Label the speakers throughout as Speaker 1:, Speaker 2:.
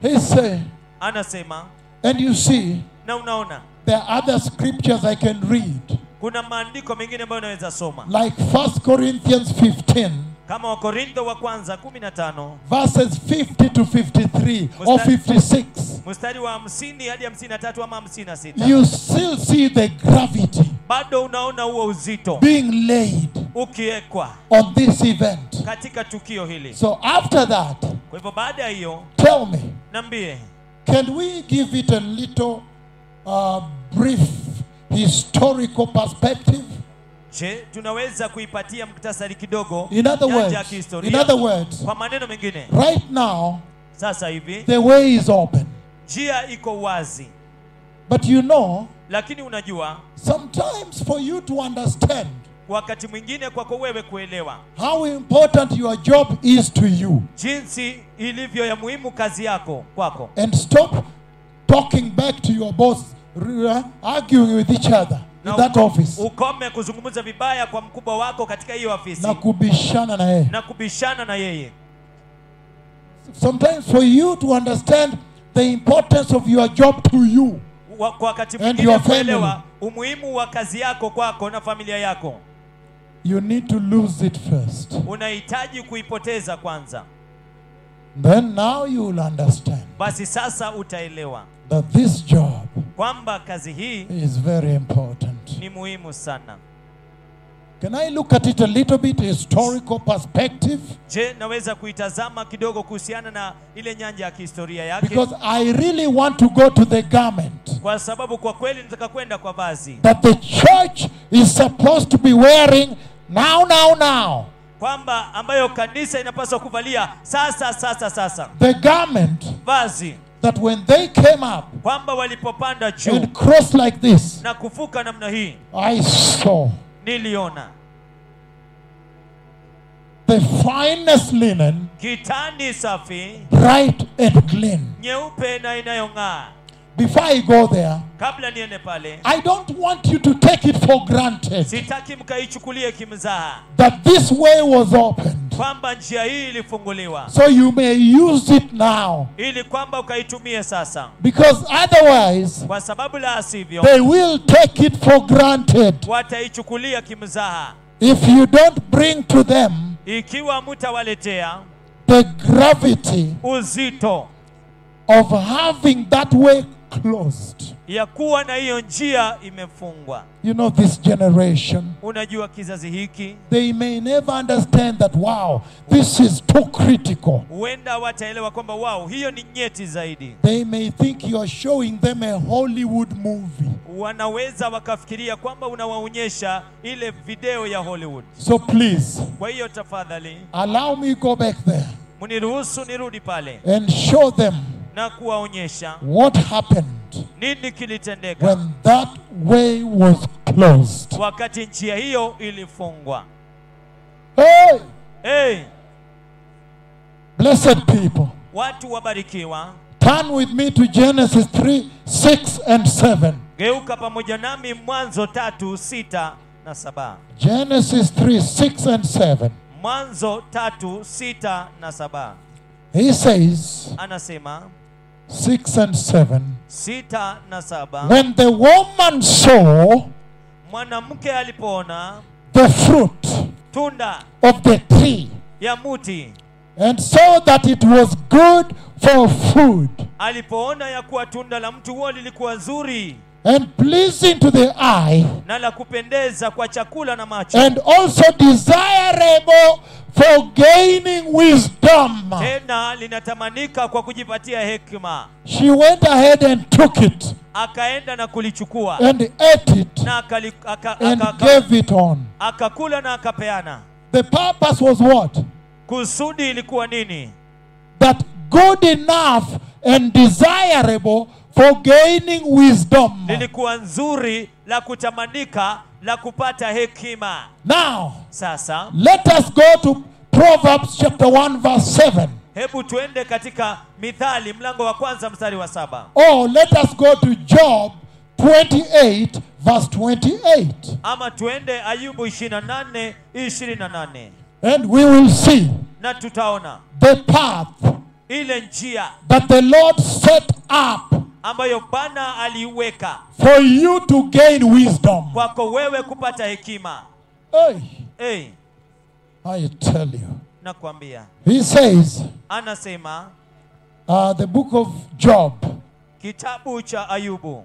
Speaker 1: He said,
Speaker 2: anasema
Speaker 1: and you see,
Speaker 2: na unaona
Speaker 1: there are other scriptures I can read,
Speaker 2: kuna maandiko mengine ambayo unaweza soma
Speaker 1: like 1 Corinthians 15,
Speaker 2: kama wakorintho wa kwanza 15
Speaker 1: verses 50 to 53 or 56.
Speaker 2: mstari wa 50 hadi 53 ama 56
Speaker 1: You still see the gravity
Speaker 2: bado unaona huo uzito
Speaker 1: being laid
Speaker 2: ukiwekwa
Speaker 1: on this event.
Speaker 2: katika tukio hili
Speaker 1: So after that,
Speaker 2: kwa hivyo baada ya hiyo
Speaker 1: tell me,
Speaker 2: nambie
Speaker 1: can we give it a little uh, brief historical perspective?
Speaker 2: je tunaweza kuipatia mktasari kidogo
Speaker 1: In other
Speaker 2: nyanja
Speaker 1: words,
Speaker 2: ya kihistoria
Speaker 1: in other words,
Speaker 2: kwa maneno mengine
Speaker 1: right now
Speaker 2: sasa hivi
Speaker 1: the way is open.
Speaker 2: njia iko wazi
Speaker 1: But you know,
Speaker 2: lakini unajua
Speaker 1: sometimes for you to understand
Speaker 2: wakati mwingine kwako wewe kuelewa
Speaker 1: how important your job is to you
Speaker 2: jinsi ilivyo ya muhimu kazi yako kwako
Speaker 1: and stop talking back to your boss, r- arguing with each other in
Speaker 2: Na
Speaker 1: that
Speaker 2: uko-
Speaker 1: office.
Speaker 2: ukome kuzungumza vibaya kwa mkubwa wako katika hiyo ofisi
Speaker 1: Na kubishana na yeye.
Speaker 2: na kubishana na yeye
Speaker 1: Sometimes for you to understand the importance of your job to you.
Speaker 2: wa, kwa wakati
Speaker 1: And your
Speaker 2: mwingine
Speaker 1: family.
Speaker 2: kuelewa umuhimu wa kazi yako kwako na familia yako
Speaker 1: you need to lose it first.
Speaker 2: unahitaji kuipoteza kwanza
Speaker 1: Then now you will understand
Speaker 2: basi sasa utaelewa
Speaker 1: that this job
Speaker 2: kwamba kazi hii
Speaker 1: is very important.
Speaker 2: ni muhimu sana
Speaker 1: Can I look at it a little bit historical perspective?
Speaker 2: je naweza kuitazama kidogo kuhusiana na ile nyanja ya kihistoria yake
Speaker 1: Because I really want to go to the garment
Speaker 2: kwa sababu kwa kweli nataka kwenda kwa vazi
Speaker 1: that the church is supposed to be wearing now, now, now.
Speaker 2: kwamba ambayo kanisa inapaswa kuvalia sasa sasa sasa
Speaker 1: The garment
Speaker 2: vazi
Speaker 1: that when they came up
Speaker 2: kwamba walipopanda juu
Speaker 1: and crossed like this,
Speaker 2: na kuvuka namna hii
Speaker 1: I saw
Speaker 2: niliona
Speaker 1: the finest linen,
Speaker 2: kitani safi
Speaker 1: bright and clean.
Speaker 2: nyeupe na inayong'aa
Speaker 1: Before I go there,
Speaker 2: kabla niende pale
Speaker 1: I don't want you to take it for granted
Speaker 2: sitaki mkaichukulie kimzaha
Speaker 1: that this way was opened.
Speaker 2: kwamba njia hii ilifunguliwa
Speaker 1: So you may use it now.
Speaker 2: ili kwamba ukaitumie sasa
Speaker 1: Because otherwise,
Speaker 2: kwa sababu la asivyo
Speaker 1: they will take it for granted
Speaker 2: wataichukulia kimzaha
Speaker 1: if you don't bring to them
Speaker 2: ikiwa mtawaletea
Speaker 1: the gravity
Speaker 2: uzito
Speaker 1: of having that way closed.
Speaker 2: ya kuwa na hiyo njia imefungwa
Speaker 1: You know, this generation,
Speaker 2: unajua kizazi hiki
Speaker 1: they may never understand that, wow, this is too critical.
Speaker 2: huenda wataelewa kwamba wao hiyo ni nyeti zaidi
Speaker 1: They may think you are showing them a Hollywood movie.
Speaker 2: wanaweza wakafikiria kwamba unawaonyesha ile video ya hollywood
Speaker 1: So please,
Speaker 2: kwa hiyo tafadhali
Speaker 1: allow me go back there
Speaker 2: mniruhusu nirudi pale
Speaker 1: and show them
Speaker 2: na kuwaonyesha
Speaker 1: what happened
Speaker 2: nini kilitendeka
Speaker 1: when that way was closed.
Speaker 2: wakati njia hiyo ilifungwa
Speaker 1: Hey,
Speaker 2: hey,
Speaker 1: blessed people,
Speaker 2: watu wabarikiwa
Speaker 1: turn with me to Genesis 3 6 and 7.
Speaker 2: geuka pamoja nami mwanzo tatu sita na saba
Speaker 1: Genesis 3 6 and 7.
Speaker 2: mwanzo tatu sita na saba
Speaker 1: He says,
Speaker 2: anasema
Speaker 1: 6 and 7.
Speaker 2: sita na saba
Speaker 1: When the woman saw
Speaker 2: mwanamke alipoona
Speaker 1: the fruit
Speaker 2: tunda
Speaker 1: of the tree
Speaker 2: ya muti
Speaker 1: and saw that it was good for food
Speaker 2: alipoona ya kuwa tunda la mti huo lilikuwa zuri
Speaker 1: and pleasing to the eye,
Speaker 2: na la kupendeza kwa chakula na macho
Speaker 1: and also desirable for gaining wisdom.
Speaker 2: tena linatamanika kwa kujipatia hekima
Speaker 1: She went ahead and took it
Speaker 2: akaenda na kulichukua
Speaker 1: and ate it
Speaker 2: na akali, aka,
Speaker 1: and
Speaker 2: aka, aka,
Speaker 1: gave it on.
Speaker 2: akakula na akapeana
Speaker 1: The purpose was what?
Speaker 2: kusudi ilikuwa nini
Speaker 1: That good enough and desirable for gaining wisdom.
Speaker 2: lilikuwa nzuri la kutamanika la kupata hekima
Speaker 1: Now,
Speaker 2: sasa
Speaker 1: let us go to Proverbs chapter 1, verse 7.
Speaker 2: hebu tuende katika mithali mlango wa kwanza mstari wa saba
Speaker 1: Or let us go to Job 28, verse 28.
Speaker 2: ama tuende ayubu 28 28
Speaker 1: And we will see
Speaker 2: na tutaona
Speaker 1: the path
Speaker 2: ile njia
Speaker 1: that the Lord set up
Speaker 2: ambayo Bwana aliiweka
Speaker 1: for you to gain wisdom.
Speaker 2: kwako wewe kupata hekima.
Speaker 1: Hey,
Speaker 2: Hey,
Speaker 1: I tell you.
Speaker 2: nakwambia
Speaker 1: He says,
Speaker 2: anasema
Speaker 1: uh, the book of Job,
Speaker 2: kitabu cha Ayubu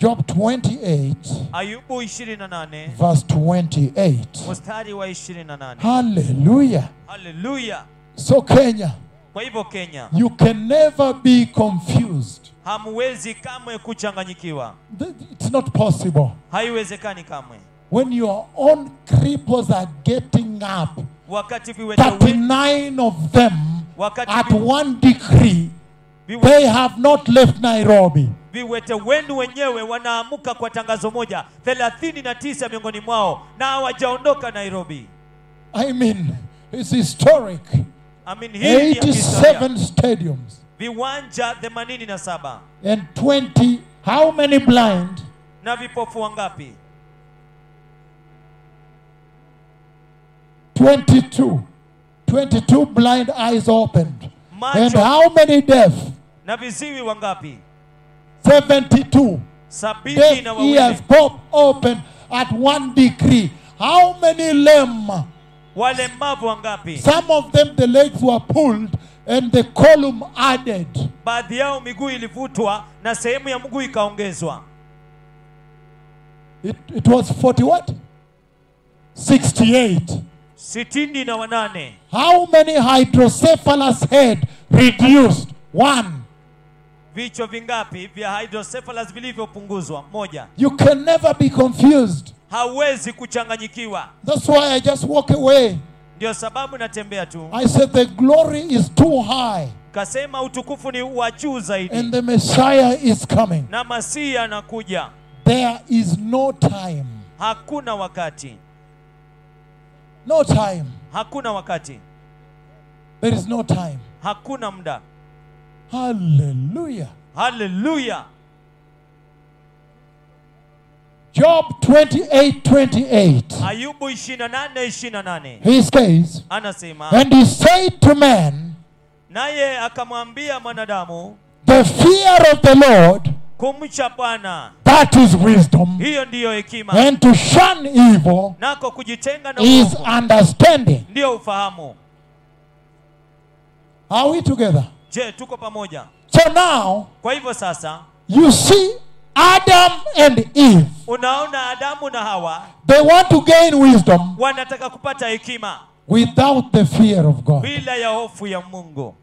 Speaker 1: Job 28,
Speaker 2: Ayubu 28
Speaker 1: verse 28.
Speaker 2: mstari wa 28.
Speaker 1: Hallelujah.
Speaker 2: Haleluya!
Speaker 1: So, Kenya,
Speaker 2: Kwa hivyo Kenya,
Speaker 1: you can never be confused.
Speaker 2: hamwezi kamwe kuchanganyikiwa,
Speaker 1: Th- It's not possible.
Speaker 2: haiwezekani kamwe.
Speaker 1: When your own cripples are getting up,
Speaker 2: Wakati viwete we-
Speaker 1: 39 of them
Speaker 2: wakati
Speaker 1: at
Speaker 2: vi-
Speaker 1: one decree,
Speaker 2: viwe-
Speaker 1: they have not left Nairobi.
Speaker 2: viwete wenu wenyewe wanaamuka kwa tangazo moja, 39 miongoni mwao na hawajaondoka Nairobi.
Speaker 1: I mean, it's historic.
Speaker 2: Amin, hii ni ya kihistoria.
Speaker 1: 87 stadiums
Speaker 2: Viwanja 87
Speaker 1: and 20. How many blind?
Speaker 2: na vipofu wangapi?
Speaker 1: 22. 22 blind eyes opened. And
Speaker 2: Macho
Speaker 1: how many deaf?
Speaker 2: na viziwi wangapi?
Speaker 1: 72.
Speaker 2: Sabini na
Speaker 1: Deaf ears
Speaker 2: wawili.
Speaker 1: pop open at one decree. How many lame?
Speaker 2: Walemavu wangapi?
Speaker 1: Some of them the legs were pulled and the column added.
Speaker 2: Baadhi yao miguu ilivutwa na sehemu ya mguu ikaongezwa.
Speaker 1: It, it was 40 what? 68.
Speaker 2: sitini na wanane.
Speaker 1: How many hydrocephalus head reduced? One.
Speaker 2: Vichwa vingapi vya hydrocephalus vilivyopunguzwa? Moja.
Speaker 1: You can never be confused.
Speaker 2: Hawezi kuchanganyikiwa,
Speaker 1: That's why I just walk away.
Speaker 2: ndio sababu natembea tu.
Speaker 1: I said the glory is too high
Speaker 2: Kasema utukufu ni wa juu
Speaker 1: and
Speaker 2: zaidi,
Speaker 1: the Messiah is coming.
Speaker 2: na Masihi anakuja,
Speaker 1: There is no time.
Speaker 2: hakuna wakati,
Speaker 1: No time.
Speaker 2: hakuna wakati,
Speaker 1: There is no time.
Speaker 2: hakuna muda.
Speaker 1: Hallelujah.
Speaker 2: Haleluya!
Speaker 1: Job 28 28.
Speaker 2: Ayubu 28 28
Speaker 1: He says,
Speaker 2: anasema
Speaker 1: And he said to man,
Speaker 2: naye akamwambia mwanadamu,
Speaker 1: The fear of the Lord,
Speaker 2: kumcha Bwana
Speaker 1: that is wisdom,
Speaker 2: hiyo ndiyo hekima,
Speaker 1: and to shun evil
Speaker 2: nako kujitenga na
Speaker 1: is
Speaker 2: uovu
Speaker 1: understanding.
Speaker 2: ndiyo ufahamu.
Speaker 1: Are we together?
Speaker 2: Je, tuko pamoja?
Speaker 1: So now
Speaker 2: Kwa hivyo sasa
Speaker 1: you see Adam and Eve,
Speaker 2: unaona, Adamu na Hawa
Speaker 1: they want to gain wisdom
Speaker 2: wanataka kupata hekima
Speaker 1: without the fear of God.
Speaker 2: bila ya hofu ya Mungu.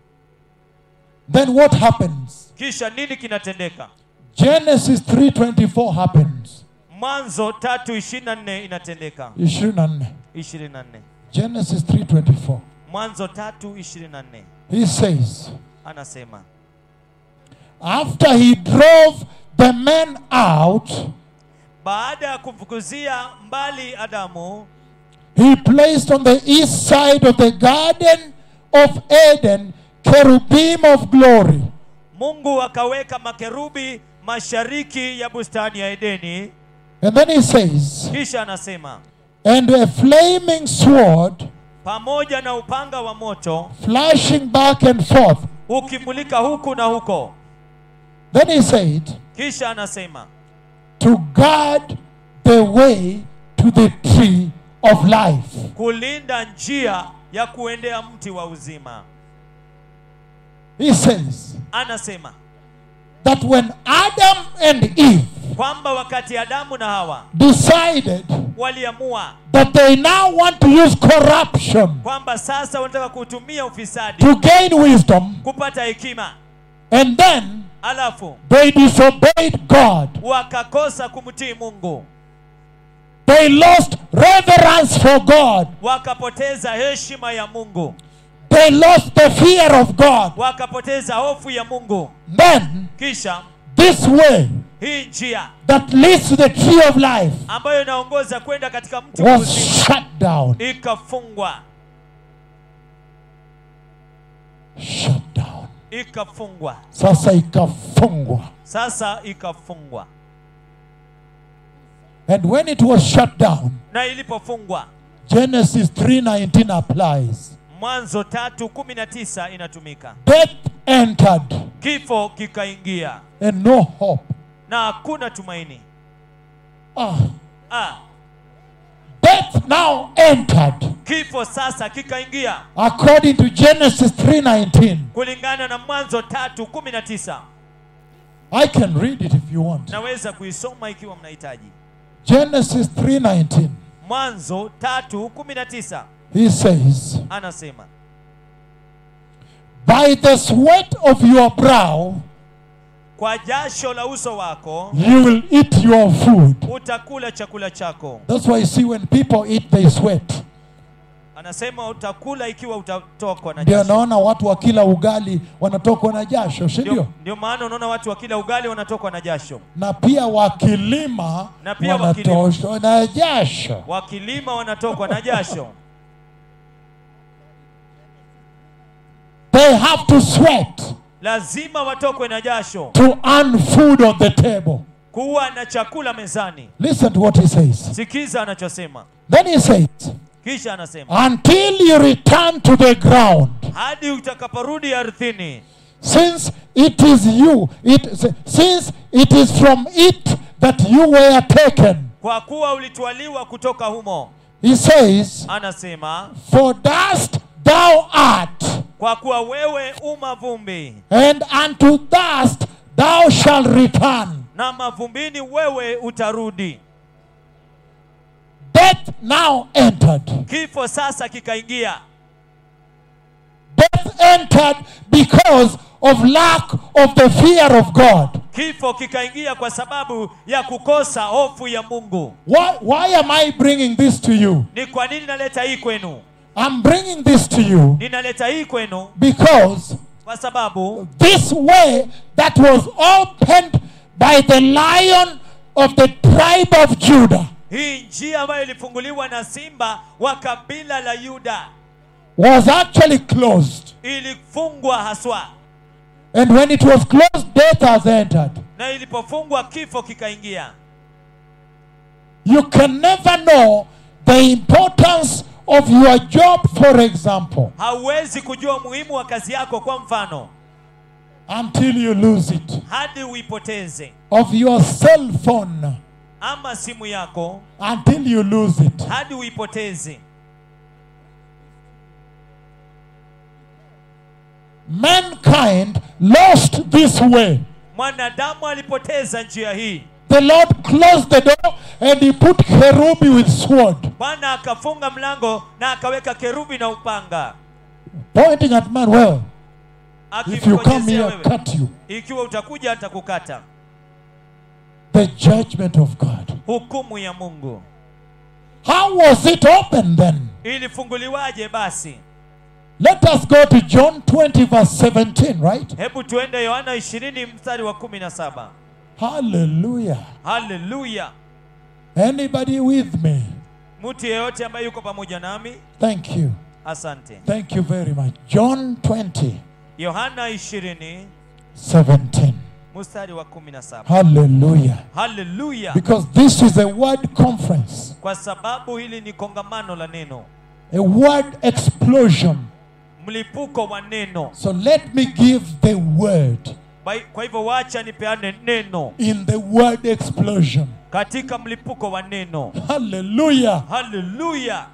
Speaker 1: Then what happens?
Speaker 2: Kisha nini kinatendeka?
Speaker 1: Genesis 3:24 happens.
Speaker 2: Mwanzo tatu ishirini na nne inatendeka
Speaker 1: 24.
Speaker 2: ishirini na nne
Speaker 1: Genesis 3:24.
Speaker 2: Mwanzo tatu ishirini na nne
Speaker 1: He says,
Speaker 2: anasema
Speaker 1: after he drove the men out,
Speaker 2: baada ya kumfukuzia mbali Adamu
Speaker 1: He placed on the east side of the Garden of Eden cherubim of glory,
Speaker 2: Mungu akaweka makerubi mashariki ya bustani ya Edeni.
Speaker 1: and then he says,
Speaker 2: Kisha anasema
Speaker 1: and a flaming sword
Speaker 2: pamoja na upanga wa moto
Speaker 1: flashing back and forth.
Speaker 2: ukimulika huku na huko.
Speaker 1: Then he said,
Speaker 2: Kisha anasema
Speaker 1: to guard the way to the tree of life.
Speaker 2: kulinda njia ya kuendea mti wa uzima.
Speaker 1: He says
Speaker 2: Anasema
Speaker 1: that when Adam and Eve
Speaker 2: kwamba wakati Adamu na Hawa
Speaker 1: decided
Speaker 2: waliamua
Speaker 1: that they now want to use corruption
Speaker 2: kwamba sasa wanataka kutumia ufisadi
Speaker 1: to gain wisdom,
Speaker 2: kupata hekima,
Speaker 1: and then
Speaker 2: alafu
Speaker 1: They disobeyed God.
Speaker 2: wakakosa kumtii Mungu,
Speaker 1: They lost reverence for God.
Speaker 2: wakapoteza heshima ya Mungu,
Speaker 1: They lost the fear of God.
Speaker 2: wakapoteza hofu ya Mungu.
Speaker 1: Then,
Speaker 2: Kisha
Speaker 1: this way
Speaker 2: hii njia
Speaker 1: that leads to the tree of life
Speaker 2: ambayo inaongoza kwenda katika mti wa
Speaker 1: was
Speaker 2: uzima
Speaker 1: shut down.
Speaker 2: ikafungwa,
Speaker 1: Shut down.
Speaker 2: ikafungwa,
Speaker 1: Sasa ikafungwa.
Speaker 2: sasa ikafungwa.
Speaker 1: And when it was shut down,
Speaker 2: Na ilipofungwa
Speaker 1: Genesis 3:19 applies.
Speaker 2: mwanzo tatu kumi na tisa inatumika
Speaker 1: Death entered,
Speaker 2: kifo kikaingia
Speaker 1: and no hope.
Speaker 2: na hakuna tumaini
Speaker 1: Ah,
Speaker 2: ah,
Speaker 1: death now entered,
Speaker 2: kifo sasa kikaingia
Speaker 1: according to Genesis 3:19.
Speaker 2: kulingana na mwanzo tatu kumi na tisa
Speaker 1: I can read it if you want.
Speaker 2: naweza kuisoma ikiwa mnahitaji
Speaker 1: Genesis 3:19.
Speaker 2: mwanzo tatu kumi na tisa
Speaker 1: He says,
Speaker 2: anasema
Speaker 1: "By the sweat of your brow
Speaker 2: kwa jasho la uso wako
Speaker 1: you will eat your food."
Speaker 2: utakula chakula chako
Speaker 1: That's why you see when people eat they sweat.
Speaker 2: anasema utakula ikiwa utatokwa na
Speaker 1: Ndio
Speaker 2: jasho
Speaker 1: naona watu wakila ugali wanatokwa na jasho, si ndio?
Speaker 2: Ndio- ndio maana unaona watu wakila ugali wanatokwa na jasho
Speaker 1: Na pia wakilima
Speaker 2: Na pia wakilima.
Speaker 1: wanatoshwa na jasho.
Speaker 2: wakilima wanatokwa na jasho
Speaker 1: They have to sweat
Speaker 2: lazima watokwe na jasho
Speaker 1: to earn food on the table.
Speaker 2: kuwa na chakula mezani
Speaker 1: Listen to what he says.
Speaker 2: sikiza anachosema
Speaker 1: Then he says,
Speaker 2: kisha anasema
Speaker 1: Until you return to the ground,
Speaker 2: hadi utakaporudi ardhini
Speaker 1: since it is you, it, since it is from it that you were taken.
Speaker 2: kwa kuwa ulitwaliwa kutoka humo
Speaker 1: He says,
Speaker 2: anasema
Speaker 1: For dust thou art,
Speaker 2: kwa kuwa wewe u mavumbi
Speaker 1: and unto dust thou shalt return.
Speaker 2: na mavumbini wewe utarudi
Speaker 1: Death now entered.
Speaker 2: kifo sasa kikaingia
Speaker 1: Death entered because of lack of the fear of God.
Speaker 2: kifo kikaingia kwa sababu ya kukosa hofu ya mungu
Speaker 1: Why, why am I bringing this to you?
Speaker 2: ni kwa nini naleta hii kwenu
Speaker 1: I'm bringing this to you
Speaker 2: ninaleta hii kwenu
Speaker 1: because
Speaker 2: kwa sababu
Speaker 1: this way that was opened by the lion of the tribe of Judah
Speaker 2: hii njia ambayo ilifunguliwa na simba wa kabila la yuda
Speaker 1: was actually closed.
Speaker 2: ilifungwa haswa
Speaker 1: And when it was closed, death has entered.
Speaker 2: na ilipofungwa kifo kikaingia
Speaker 1: You can never know the importance of your job, for example,
Speaker 2: hauwezi kujua umuhimu wa kazi yako kwa mfano
Speaker 1: until you lose it.
Speaker 2: hadi uipoteze
Speaker 1: Of your cell phone,
Speaker 2: ama simu yako
Speaker 1: until you lose it.
Speaker 2: hadi uipoteze
Speaker 1: Mankind lost this way.
Speaker 2: mwanadamu alipoteza njia hii
Speaker 1: The Lord closed the door and he put Cherubi with sword,
Speaker 2: bwana akafunga mlango na akaweka kerubi na upanga
Speaker 1: pointing at man, well, if you come
Speaker 2: akimkonyezea
Speaker 1: here, I'll
Speaker 2: wewe
Speaker 1: cut you.
Speaker 2: ikiwa utakuja hata kukata
Speaker 1: The judgment of God.
Speaker 2: hukumu ya mungu
Speaker 1: How was it open then?
Speaker 2: ilifunguliwaje basi
Speaker 1: Let us go to John 20, verse 17, right?
Speaker 2: hebu tuende yohana 20 mstari wa 17
Speaker 1: Hallelujah.
Speaker 2: haleluya
Speaker 1: Anybody with me?
Speaker 2: mtu yeyote ambaye yuko pamoja nami
Speaker 1: Thank you.
Speaker 2: asante
Speaker 1: Thank you very much. John 20,
Speaker 2: yohana 20
Speaker 1: 17.
Speaker 2: mstari wa 17
Speaker 1: Hallelujah.
Speaker 2: haleluya
Speaker 1: Because this is a word conference,
Speaker 2: kwa sababu hili ni kongamano la neno
Speaker 1: a word explosion.
Speaker 2: mlipuko wa neno
Speaker 1: So let me give the word
Speaker 2: Bai- kwa hivyo wacha nipeane neno
Speaker 1: in the word explosion.
Speaker 2: katika mlipuko wa neno
Speaker 1: Hallelujah.
Speaker 2: haleluya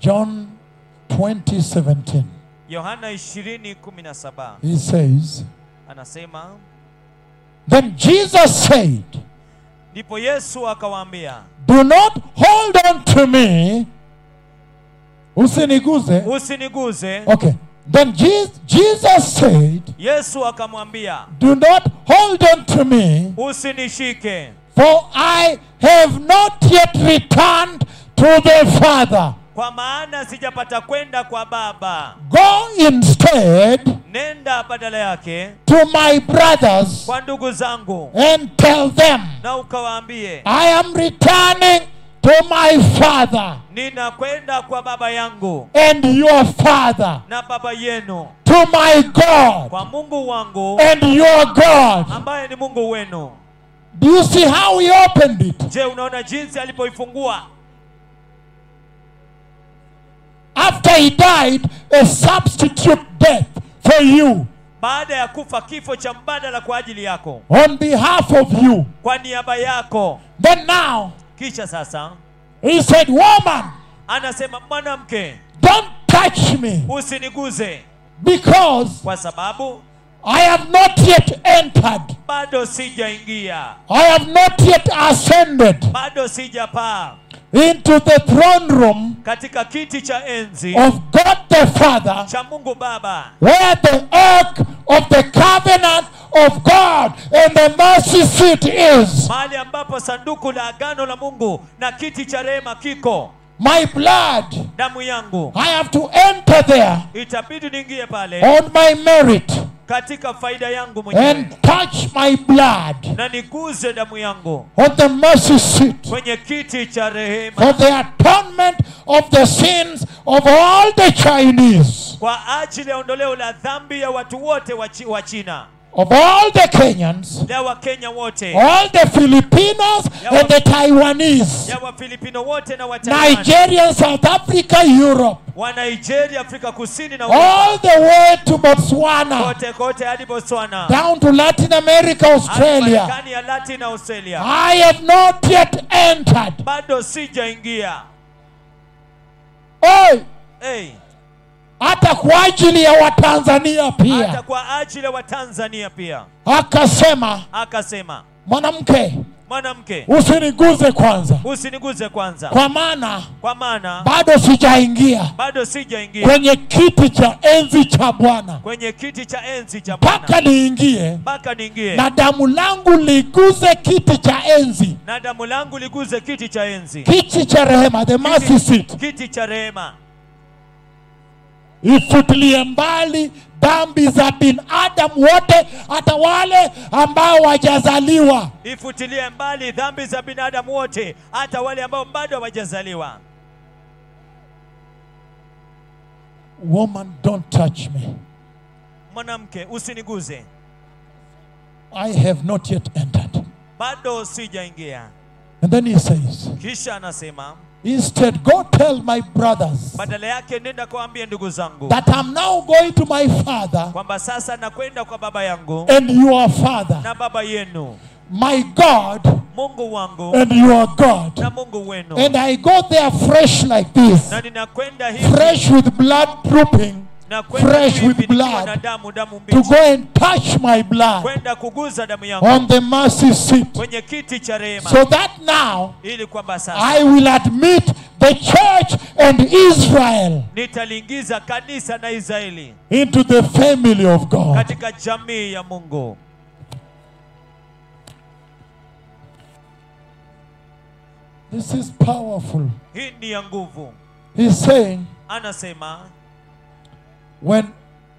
Speaker 1: John 20, 17.
Speaker 2: yohana 20:17
Speaker 1: He says,
Speaker 2: anasema
Speaker 1: Then Jesus said,
Speaker 2: ndipo yesu akawaambia
Speaker 1: Do not hold on to me. Usiniguze.
Speaker 2: usiniguze
Speaker 1: Okay. Then Je- Jesus said,
Speaker 2: yesu akamwambia
Speaker 1: Do not hold on to me,
Speaker 2: usinishike
Speaker 1: for I have not yet returned to the Father.
Speaker 2: kwa maana sijapata kwenda kwa baba
Speaker 1: Go instead
Speaker 2: nenda badala yake
Speaker 1: to my brothers
Speaker 2: kwa ndugu zangu
Speaker 1: and tell them,
Speaker 2: na ukawaambie
Speaker 1: I am returning to my father
Speaker 2: ninakwenda kwa baba yangu
Speaker 1: and your father,
Speaker 2: na baba yenu
Speaker 1: to my God
Speaker 2: kwa mungu wangu
Speaker 1: and your God.
Speaker 2: ambaye ni mungu wenu
Speaker 1: Do you see how he opened it?
Speaker 2: je unaona jinsi alipoifungua
Speaker 1: After he died, a substitute death for you,
Speaker 2: baada ya kufa kifo cha mbadala kwa ajili yako
Speaker 1: on behalf of you.
Speaker 2: kwa niaba yako
Speaker 1: Then now,
Speaker 2: kisha sasa
Speaker 1: he said, Woman,
Speaker 2: anasema mwanamke
Speaker 1: don't touch me
Speaker 2: usiniguze
Speaker 1: because
Speaker 2: kwa sababu
Speaker 1: I have not yet entered,
Speaker 2: bado sijaingia
Speaker 1: I have not yet ascended
Speaker 2: bado sijapaa
Speaker 1: into the throne room
Speaker 2: katika kiti cha enzi
Speaker 1: of God the Father.
Speaker 2: cha mungu baba
Speaker 1: where the ark of the covenant of God and the mercy seat is.
Speaker 2: mahali ambapo sanduku la agano la mungu na kiti cha rehema kiko
Speaker 1: My blood,
Speaker 2: damu yangu
Speaker 1: I have to enter there
Speaker 2: itabidi niingie pale
Speaker 1: on my merit
Speaker 2: katika faida yangu mwenyewe
Speaker 1: and touch my blood
Speaker 2: na niguze damu yangu
Speaker 1: on the mercy seat
Speaker 2: kwenye kiti cha rehema
Speaker 1: for the atonement of the sins of all the Chinese,
Speaker 2: kwa ajili ya ondoleo la dhambi ya watu wote wa, chi, wa china
Speaker 1: of all the Kenyans,
Speaker 2: ya wakenya wote
Speaker 1: all the Filipinos, and the Taiwanese,
Speaker 2: ya wafilipino wote na wataiwan
Speaker 1: Nigeria, South Africa, Europe.
Speaker 2: wa nigeria afrika kusini na
Speaker 1: all the way to Botswana,
Speaker 2: kote kote hadi botswana
Speaker 1: down to Latin America,
Speaker 2: hadi
Speaker 1: Australia.
Speaker 2: marekani ya latin australia
Speaker 1: I have not yet entered.
Speaker 2: bado sijaingia
Speaker 1: Oi,
Speaker 2: hey,
Speaker 1: hata kwa ajili ya Watanzania
Speaker 2: hata
Speaker 1: pia
Speaker 2: kwa ajili ya watanzania pia
Speaker 1: akasema,
Speaker 2: akasema
Speaker 1: mwanamke
Speaker 2: mwanamke
Speaker 1: usiniguze kwanza,
Speaker 2: usiniguze kwanza
Speaker 1: kwa maana
Speaker 2: kwa maana
Speaker 1: bado sijaingia
Speaker 2: bado sijaingia
Speaker 1: kwenye kiti cha enzi cha Bwana
Speaker 2: kwenye kiti cha enzi cha
Speaker 1: mpaka
Speaker 2: bwana
Speaker 1: niingie
Speaker 2: mpaka niingie
Speaker 1: na damu langu liguze kiti cha enzi,
Speaker 2: na damu langu liguze kiti cha enzi
Speaker 1: kiti cha rehema, the mercy seat.
Speaker 2: kiti cha rehema
Speaker 1: ifutilie mbali dhambi za binadamu wote, hata wale ambao wajazaliwa.
Speaker 2: ifutilie mbali dhambi za binadamu wote hata wale ambao bado hawajazaliwa
Speaker 1: Woman, don't touch me.
Speaker 2: mwanamke usiniguze
Speaker 1: I have not yet entered.
Speaker 2: bado sijaingia
Speaker 1: And then he says,
Speaker 2: kisha anasema
Speaker 1: instead, go tell my brothers
Speaker 2: badala yake nenda kawaambie ndugu zangu
Speaker 1: that I'm now going to my father
Speaker 2: kwamba sasa nakwenda kwa baba yangu
Speaker 1: and your father,
Speaker 2: na baba yenu
Speaker 1: my God
Speaker 2: mungu wangu
Speaker 1: and your God.
Speaker 2: na mungu wenu
Speaker 1: And I go there fresh like this,
Speaker 2: na ninakwenda hivi
Speaker 1: fresh with blood drooping,
Speaker 2: nakwenda
Speaker 1: fresh
Speaker 2: hivi
Speaker 1: with
Speaker 2: nikiwa na
Speaker 1: blood,
Speaker 2: damu
Speaker 1: to
Speaker 2: damu mbichi
Speaker 1: go and touch my blood.
Speaker 2: kwenda kuguza damu yangu
Speaker 1: on the mercy seat
Speaker 2: kwenye kiti cha rehema
Speaker 1: so that now
Speaker 2: ili kwamba sasa
Speaker 1: I will admit the church and Israel
Speaker 2: nitaliingiza kanisa na israeli
Speaker 1: into the family of God.
Speaker 2: katika jamii ya mungu
Speaker 1: This is powerful.
Speaker 2: hii ni ya nguvu
Speaker 1: He's saying
Speaker 2: anasema
Speaker 1: when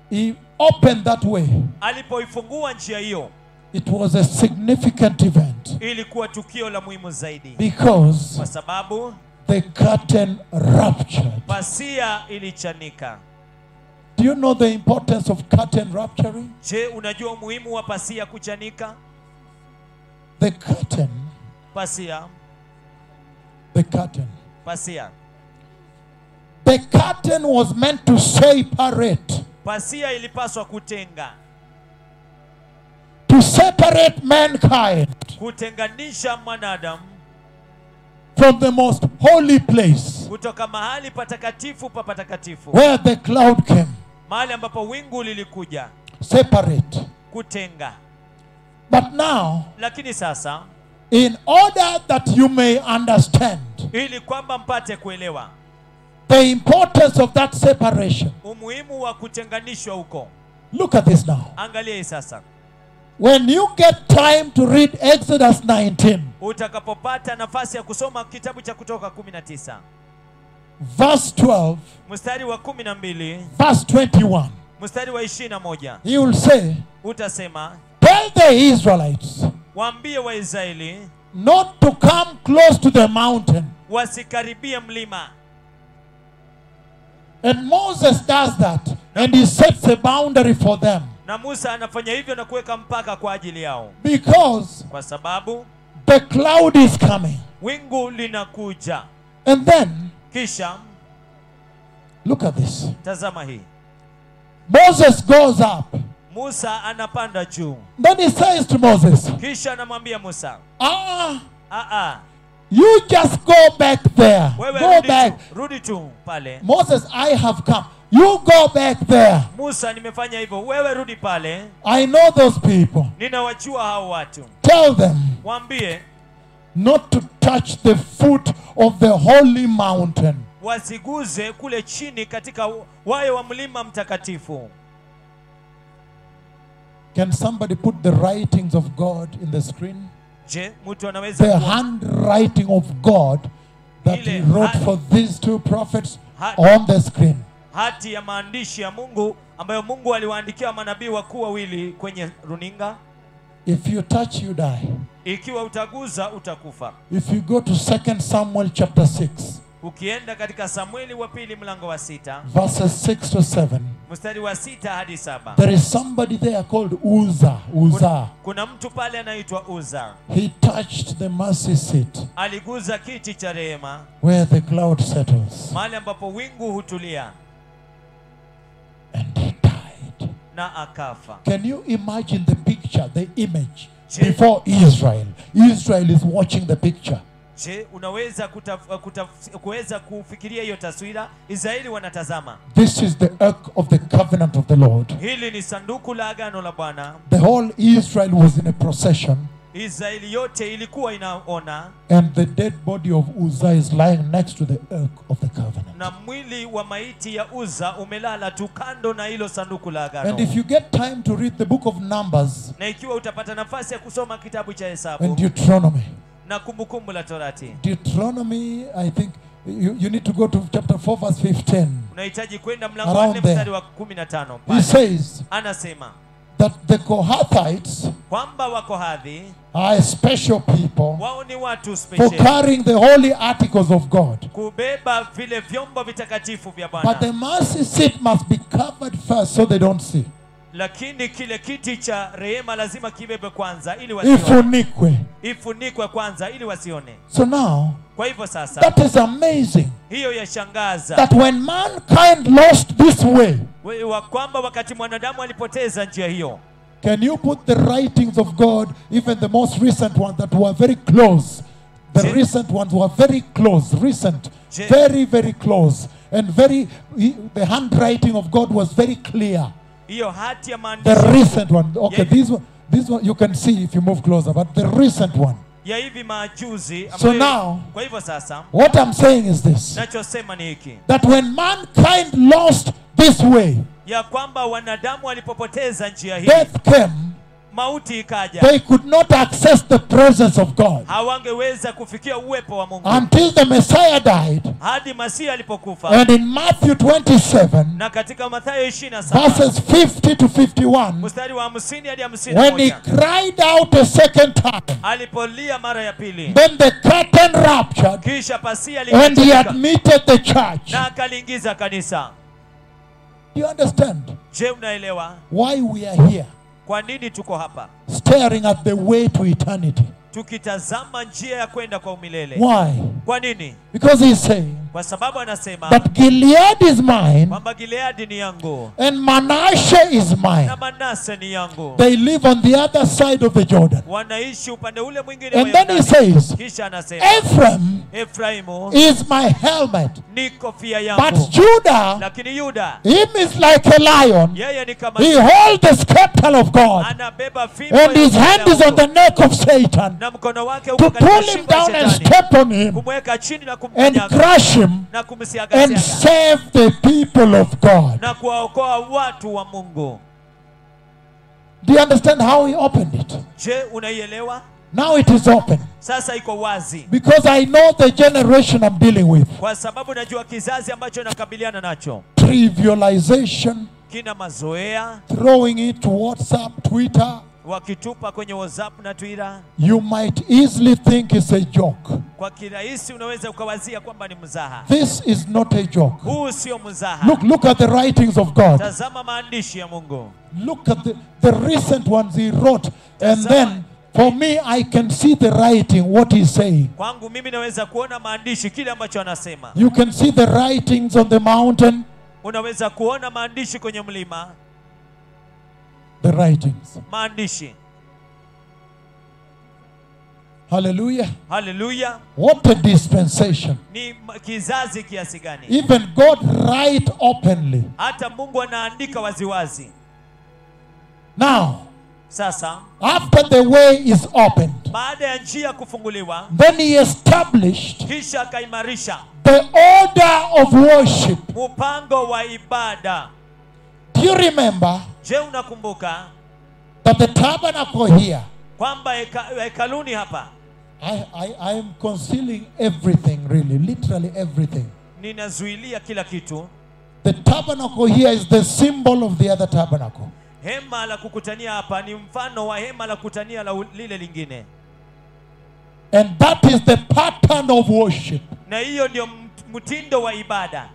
Speaker 1: he opened that way,
Speaker 2: alipoifungua njia hiyo
Speaker 1: it was a significant event
Speaker 2: ilikuwa tukio la muhimu zaidi
Speaker 1: because
Speaker 2: kwa sababu
Speaker 1: the curtain ruptured.
Speaker 2: pasia ilichanika
Speaker 1: Do you know the importance of curtain rupturing?
Speaker 2: je unajua umuhimu wa pasia kuchanika
Speaker 1: The curtain,
Speaker 2: pasia
Speaker 1: the curtain.
Speaker 2: pasia
Speaker 1: The curtain was meant to separate.
Speaker 2: pasia ilipaswa kutenga
Speaker 1: to separate mankind
Speaker 2: kutenganisha mwanadamu
Speaker 1: from the most holy place
Speaker 2: kutoka mahali patakatifu pa patakatifu
Speaker 1: where the cloud came.
Speaker 2: mahali ambapo wingu lilikuja
Speaker 1: Separate.
Speaker 2: kutenga
Speaker 1: But now,
Speaker 2: lakini sasa
Speaker 1: in order that you may understand
Speaker 2: ili kwamba mpate kuelewa
Speaker 1: the importance of that separation,
Speaker 2: umuhimu wa kutenganishwa huko
Speaker 1: look at this now.
Speaker 2: angalia hii sasa
Speaker 1: When you get time to read Exodus 19,
Speaker 2: utakapopata nafasi ya kusoma kitabu cha kutoka 19
Speaker 1: verse 12,
Speaker 2: mstari wa 12
Speaker 1: verse 21,
Speaker 2: mstari wa 21
Speaker 1: he will say,
Speaker 2: utasema
Speaker 1: Tell the Israelites
Speaker 2: waambie waisraeli
Speaker 1: not to come close to the mountain.
Speaker 2: wasikaribie mlima
Speaker 1: And Moses does that, and he sets a boundary for them.
Speaker 2: na musa anafanya hivyo na kuweka mpaka kwa ajili yao
Speaker 1: because
Speaker 2: kwa sababu
Speaker 1: the cloud is coming.
Speaker 2: wingu linakuja
Speaker 1: And then,
Speaker 2: kisha
Speaker 1: look at this
Speaker 2: tazama hii
Speaker 1: Moses goes up.
Speaker 2: musa anapanda juu
Speaker 1: Then he says to Moses,
Speaker 2: kisha anamwambia musa
Speaker 1: Ah,
Speaker 2: aa
Speaker 1: you just go back there.
Speaker 2: wewe
Speaker 1: Go
Speaker 2: rudi
Speaker 1: back.
Speaker 2: tu, rudi tu pale
Speaker 1: Moses, I have come. You go back there.
Speaker 2: musa nimefanya hivyo wewe rudi pale
Speaker 1: I know those people.
Speaker 2: ninawajua hao watu
Speaker 1: Tell them
Speaker 2: waambie
Speaker 1: not to touch the foot of the holy mountain.
Speaker 2: wasiguze kule chini katika u- wayo wa mlima mtakatifu
Speaker 1: Can somebody put the writings of God in the screen?
Speaker 2: je mtu
Speaker 1: The
Speaker 2: anaweza kuwa-
Speaker 1: handwriting of God that He
Speaker 2: Ile
Speaker 1: wrote
Speaker 2: hand-
Speaker 1: for these two prophets
Speaker 2: Hand-
Speaker 1: on the screen.
Speaker 2: hati ya maandishi ya mungu ambayo mungu aliwaandikia manabii wakuu wawili kwenye runinga
Speaker 1: If you touch, you die.
Speaker 2: ikiwa utaguza utakufa
Speaker 1: If you go to 2 Samuel chapter 6,
Speaker 2: ukienda katika samueli wa pili mlango wa sita
Speaker 1: verses 6 to 7,
Speaker 2: mstari wa sita hadi saba
Speaker 1: there is somebody there called Uzzah. Uzzah.
Speaker 2: kuna mtu pale anaitwa uza
Speaker 1: He touched the mercy seat
Speaker 2: aliguza kiti cha rehema
Speaker 1: where the cloud settles
Speaker 2: mahali ambapo wingu hutulia
Speaker 1: and he died.
Speaker 2: na akafa
Speaker 1: Can you imagine the picture, the image
Speaker 2: Je-
Speaker 1: before Israel? Israel is watching the picture.
Speaker 2: je unaweza kutaf- kutaf- kuweza kufikiria hiyo taswira israeli wanatazama
Speaker 1: This is the ark of the covenant of the Lord.
Speaker 2: hili ni sanduku la agano la bwana
Speaker 1: The whole Israel was in a procession,
Speaker 2: israeli yote ilikuwa inaona
Speaker 1: and the dead body of Uzzah is lying next to the ark of the covenant.
Speaker 2: na mwili wa maiti ya uza umelala tu kando na hilo sanduku la
Speaker 1: And
Speaker 2: agano
Speaker 1: if you get time to read the book of Numbers
Speaker 2: na ikiwa utapata nafasi ya kusoma kitabu cha
Speaker 1: and
Speaker 2: hesabu
Speaker 1: Deuteronomy,
Speaker 2: na kumbukumbu la torati
Speaker 1: Deuteronomy, I think you, you need to go to chapter 4, verse 15.
Speaker 2: unahitaji kwenda mlango wa
Speaker 1: Around
Speaker 2: nne
Speaker 1: there.
Speaker 2: mstari wa kumi na tano
Speaker 1: He
Speaker 2: pale
Speaker 1: says
Speaker 2: anasema
Speaker 1: that the Kohathites
Speaker 2: kwamba wakohadhi
Speaker 1: are a special people.
Speaker 2: wao ni watu
Speaker 1: for
Speaker 2: special
Speaker 1: carrying the holy articles of God.
Speaker 2: kubeba vile vyombo vitakatifu vya
Speaker 1: But the
Speaker 2: bwana
Speaker 1: mercy seat must be covered first so they don't see.
Speaker 2: lakini kile kiti cha rehema lazima kibebe kwanza ili wasione
Speaker 1: Ifunikwe.
Speaker 2: ifunikwe kwanza ili wasione
Speaker 1: So now,
Speaker 2: kwa hivyo sasa
Speaker 1: that is amazing
Speaker 2: hiyo yashangaza
Speaker 1: that when mankind lost this way,
Speaker 2: We- wa kwamba wakati mwanadamu alipoteza njia hiyo
Speaker 1: can you put the writings of God, even the most recent ones that were very close? The
Speaker 2: Je-
Speaker 1: recent ones were very close, recent,
Speaker 2: Je-
Speaker 1: very, very close. And very, the handwriting of God was very clear.
Speaker 2: hiyo hati ya
Speaker 1: The
Speaker 2: maandishi
Speaker 1: recent one. Okay,
Speaker 2: Yeah.
Speaker 1: this one, this one you can see if you move closer, but the recent one.
Speaker 2: ya hivi majuzi
Speaker 1: So
Speaker 2: ambayo-
Speaker 1: now-
Speaker 2: kwa hivyo sasa
Speaker 1: What I'm saying is this
Speaker 2: nachosema ni hiki
Speaker 1: that when mankind lost this way,
Speaker 2: ya kwamba wanadamu walipopoteza njia hii
Speaker 1: death came,
Speaker 2: mauti ikaja
Speaker 1: they could not access the presence of God
Speaker 2: hawangeweza kufikia uwepo wa mungu
Speaker 1: until the Messiah died.
Speaker 2: hadi masihi alipokufa
Speaker 1: And in Matthew 27,
Speaker 2: na katika mathayo 27
Speaker 1: verses 50 to 51,
Speaker 2: mstari wa 50 hadi
Speaker 1: when he
Speaker 2: 51
Speaker 1: cried out a second time,
Speaker 2: alipolia mara ya pili
Speaker 1: then the curtain ruptured
Speaker 2: kisha pasia
Speaker 1: and he
Speaker 2: likatika
Speaker 1: admitted the church.
Speaker 2: na akaliingiza kanisa
Speaker 1: Do you understand
Speaker 2: je unaelewa
Speaker 1: why we are here?
Speaker 2: kwa nini tuko hapa
Speaker 1: staring at the way to eternity.
Speaker 2: tukitazama njia ya kwenda kwa umilele
Speaker 1: Why?
Speaker 2: kwa nini
Speaker 1: Because he's saying
Speaker 2: kwa sababu anasema
Speaker 1: that Gilead is mine
Speaker 2: kwamba gileadi ni yangu
Speaker 1: and Manasseh is mine.
Speaker 2: na manase ni yangu
Speaker 1: They live on the other side of the Jordan.
Speaker 2: wanaishi upande ule mwingine wa
Speaker 1: And then he
Speaker 2: Yordani.
Speaker 1: says,
Speaker 2: kisha anasema
Speaker 1: Ephraim
Speaker 2: efraimu
Speaker 1: is my helmet,
Speaker 2: ni kofia
Speaker 1: but
Speaker 2: yangu
Speaker 1: Judah,
Speaker 2: lakini yuda
Speaker 1: him is like a lion.
Speaker 2: yeye ni kama
Speaker 1: He holds the scepter of God,
Speaker 2: anabeba fimbo
Speaker 1: and
Speaker 2: ya
Speaker 1: his
Speaker 2: jina
Speaker 1: hand is on
Speaker 2: huko.
Speaker 1: the neck of Satan
Speaker 2: na mkono wake uko
Speaker 1: to
Speaker 2: katika
Speaker 1: pull him
Speaker 2: shingo ya
Speaker 1: down and
Speaker 2: shetani
Speaker 1: step on him
Speaker 2: kumweka chini na
Speaker 1: and
Speaker 2: kumkanyaga
Speaker 1: crush him
Speaker 2: na
Speaker 1: and
Speaker 2: kumsiagasiaga
Speaker 1: save the people of God.
Speaker 2: na kuwaokoa watu wa mungu
Speaker 1: Do you understand how he opened it?
Speaker 2: je unaielewa
Speaker 1: Now it is open
Speaker 2: sasa iko wazi
Speaker 1: because I know the generation I'm dealing with.
Speaker 2: kwa sababu najua kizazi ambacho nakabiliana nacho
Speaker 1: Trivialization,
Speaker 2: kina mazoea
Speaker 1: throwing it to WhatsApp, Twitter,
Speaker 2: wakitupa kwenye WhatsApp na Twitter.
Speaker 1: You might easily think it's a joke.
Speaker 2: Kwa kirahisi unaweza ukawazia kwamba ni mzaha.
Speaker 1: This is not a joke.
Speaker 2: Huu sio mzaha.
Speaker 1: Look, look at the writings of God.
Speaker 2: Tazama maandishi ya Mungu.
Speaker 1: Look at the, the recent ones he wrote. And then, for me, I can see the writing, what he's saying.
Speaker 2: Kwangu mimi naweza kuona maandishi, kile ambacho anasema.
Speaker 1: You can see the writings on the mountain,
Speaker 2: Unaweza kuona maandishi kwenye mlima,
Speaker 1: the writings.
Speaker 2: maandishi.
Speaker 1: Hallelujah.
Speaker 2: Haleluya!
Speaker 1: What a dispensation.
Speaker 2: Ni m- kizazi kiasi gani!
Speaker 1: Even God write openly.
Speaker 2: Hata Mungu anaandika waziwazi.
Speaker 1: Now,
Speaker 2: Sasa
Speaker 1: after the way is opened,
Speaker 2: baada ya njia kufunguliwa,
Speaker 1: then he established
Speaker 2: kisha akaimarisha
Speaker 1: the order of worship.
Speaker 2: mpango wa ibada.
Speaker 1: Do you remember
Speaker 2: Je, unakumbuka
Speaker 1: that the tabernacle here,
Speaker 2: kwamba heka- hekaluni hapa
Speaker 1: I, I, I am concealing everything, really, literally everything.
Speaker 2: ninazuilia kila kitu?
Speaker 1: The tabernacle here is the symbol of the other tabernacle.
Speaker 2: Hema la kukutania hapa ni mfano wa hema la kukutania la u- lile lingine,
Speaker 1: And that is the pattern of worship.
Speaker 2: na hiyo ndio mt- mtindo wa ibada.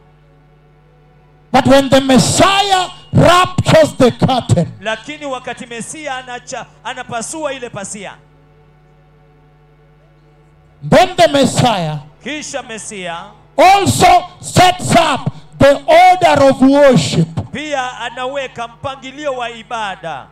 Speaker 1: But when the Messiah raptures the curtain,
Speaker 2: Lakini wakati Mesia anacha, anapasua ile pasia,
Speaker 1: then the Messiah
Speaker 2: kisha Mesia
Speaker 1: also sets up the order of worship.
Speaker 2: pia anaweka mpangilio wa ibada.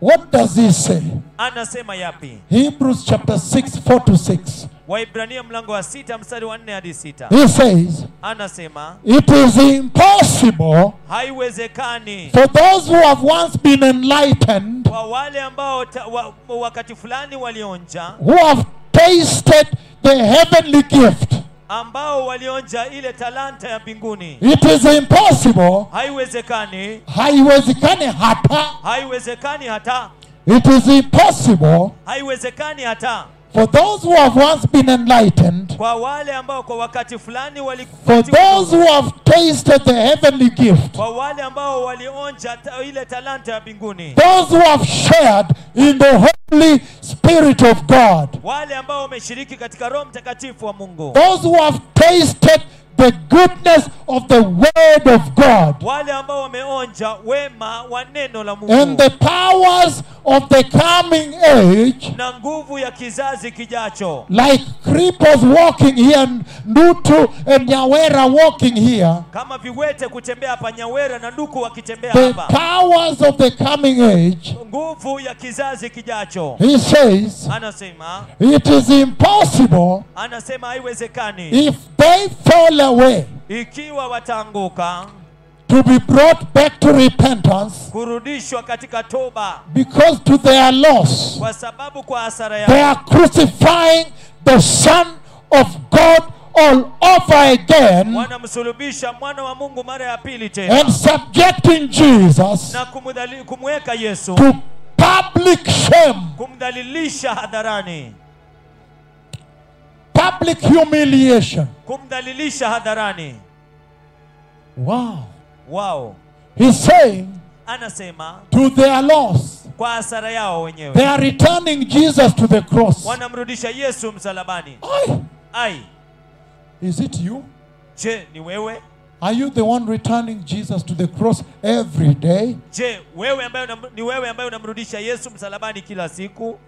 Speaker 1: What does he say?
Speaker 2: Anasema yapi?
Speaker 1: Hebrews chapter 6, 4 to 6.
Speaker 2: Waibrania mlango wa sita mstari wa nne hadi sita
Speaker 1: He says,
Speaker 2: anasema
Speaker 1: It is impossible
Speaker 2: haiwezekani
Speaker 1: for those who have once been enlightened,
Speaker 2: kwa wale ambao ta, wa, wakati fulani walionja,
Speaker 1: who have tasted the heavenly gift,
Speaker 2: ambao walionja ile talanta ya mbinguni,
Speaker 1: it is impossible.
Speaker 2: haiwezekani
Speaker 1: Haiwezekani hata.
Speaker 2: haiwezekani hata
Speaker 1: It is impossible
Speaker 2: haiwezekani hata
Speaker 1: for those who have once been enlightened,
Speaker 2: kwa wale ambao kwa wakati fulani
Speaker 1: for
Speaker 2: walipatiwa
Speaker 1: those who have tasted the heavenly gift,
Speaker 2: kwa wale ambao walionja ta, ile talanta ya mbinguni,
Speaker 1: those who have shared in the Holy Spirit of God,
Speaker 2: wale ambao wameshiriki katika Roho Mtakatifu wa Mungu,
Speaker 1: those who have tasted the goodness of the Word of God
Speaker 2: wale ambao wameonja wema wa neno la Mungu
Speaker 1: and the powers of the coming age,
Speaker 2: na nguvu ya kizazi kijacho,
Speaker 1: like creepers walking here and Nutu and Nyawera walking here,
Speaker 2: kama viwete kutembea hapa, nyawera na nduku wakitembea
Speaker 1: the
Speaker 2: hapa,
Speaker 1: powers of the coming age,
Speaker 2: nguvu ya kizazi kijacho.
Speaker 1: he says,
Speaker 2: Anasema
Speaker 1: it is impossible
Speaker 2: anasema haiwezekani
Speaker 1: if they fall away
Speaker 2: ikiwa wataanguka
Speaker 1: to be brought back to repentance.
Speaker 2: kurudishwa katika toba,
Speaker 1: Because to their loss,
Speaker 2: kwa sababu kwa hasara
Speaker 1: they
Speaker 2: yao
Speaker 1: are crucifying the Son of God all over again
Speaker 2: wanamsulubisha mwana wa Mungu mara ya pili tena
Speaker 1: and subjecting Jesus
Speaker 2: na kumudhali- kumweka Yesu
Speaker 1: to public shame,
Speaker 2: kumdhalilisha hadharani,
Speaker 1: public humiliation.
Speaker 2: kumdhalilisha hadharani.
Speaker 1: Wow.
Speaker 2: Wao
Speaker 1: He's saying,
Speaker 2: anasema
Speaker 1: to their loss,
Speaker 2: kwa hasara yao
Speaker 1: they
Speaker 2: wenyewe
Speaker 1: are returning Jesus to the cross.
Speaker 2: wanamrudisha Yesu msalabani.
Speaker 1: Aye.
Speaker 2: Ai,
Speaker 1: Is it you?
Speaker 2: je, ni wewe?
Speaker 1: Are you the one returning Jesus to the cross every day?
Speaker 2: Je, wewe ambaye unam, ni wewe ambaye unamrudisha Yesu msalabani kila siku?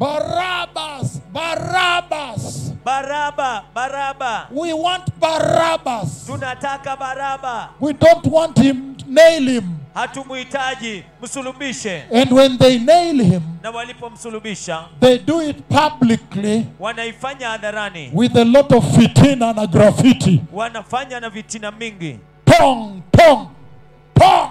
Speaker 1: Barabbas! Barabbas!
Speaker 2: Baraba, Baraba,
Speaker 1: We want Barabbas.
Speaker 2: tunataka Baraba,
Speaker 1: We don't want him, nail him.
Speaker 2: hatumuhitaji, msulubishe.
Speaker 1: And when they nail him,
Speaker 2: Na walipomsulubisha
Speaker 1: they do it publicly
Speaker 2: wanaifanya hadharani,
Speaker 1: with a lot of fitina and graffiti.
Speaker 2: wanafanya na vitina mingi,
Speaker 1: Pong, pong, pong.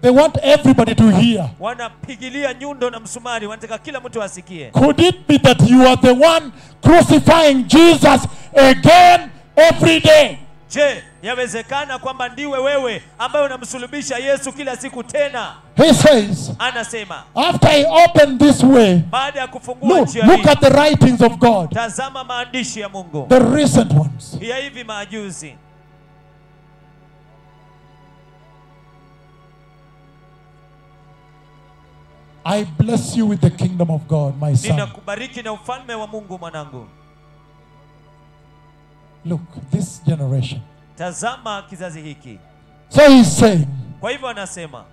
Speaker 1: They want everybody to hear.
Speaker 2: wanapigilia nyundo na msumari, wanataka kila mtu asikie.
Speaker 1: Could it be that you are the one crucifying Jesus again every day?
Speaker 2: Je, yawezekana kwamba ndiwe wewe ambaye unamsulubisha Yesu kila siku tena?
Speaker 1: He says,
Speaker 2: Anasema
Speaker 1: after he opened this way,
Speaker 2: baada ya kufungua
Speaker 1: look,
Speaker 2: njia hii,
Speaker 1: look at the writings of God,
Speaker 2: tazama maandishi ya Mungu
Speaker 1: the recent ones.
Speaker 2: ya hivi majuzi.
Speaker 1: I bless you with the kingdom of God, my son.
Speaker 2: ninakubariki na ufalme wa mungu mwanangu
Speaker 1: Look, this generation.
Speaker 2: tazama kizazi hiki
Speaker 1: So he's saying
Speaker 2: kwa hivyo anasema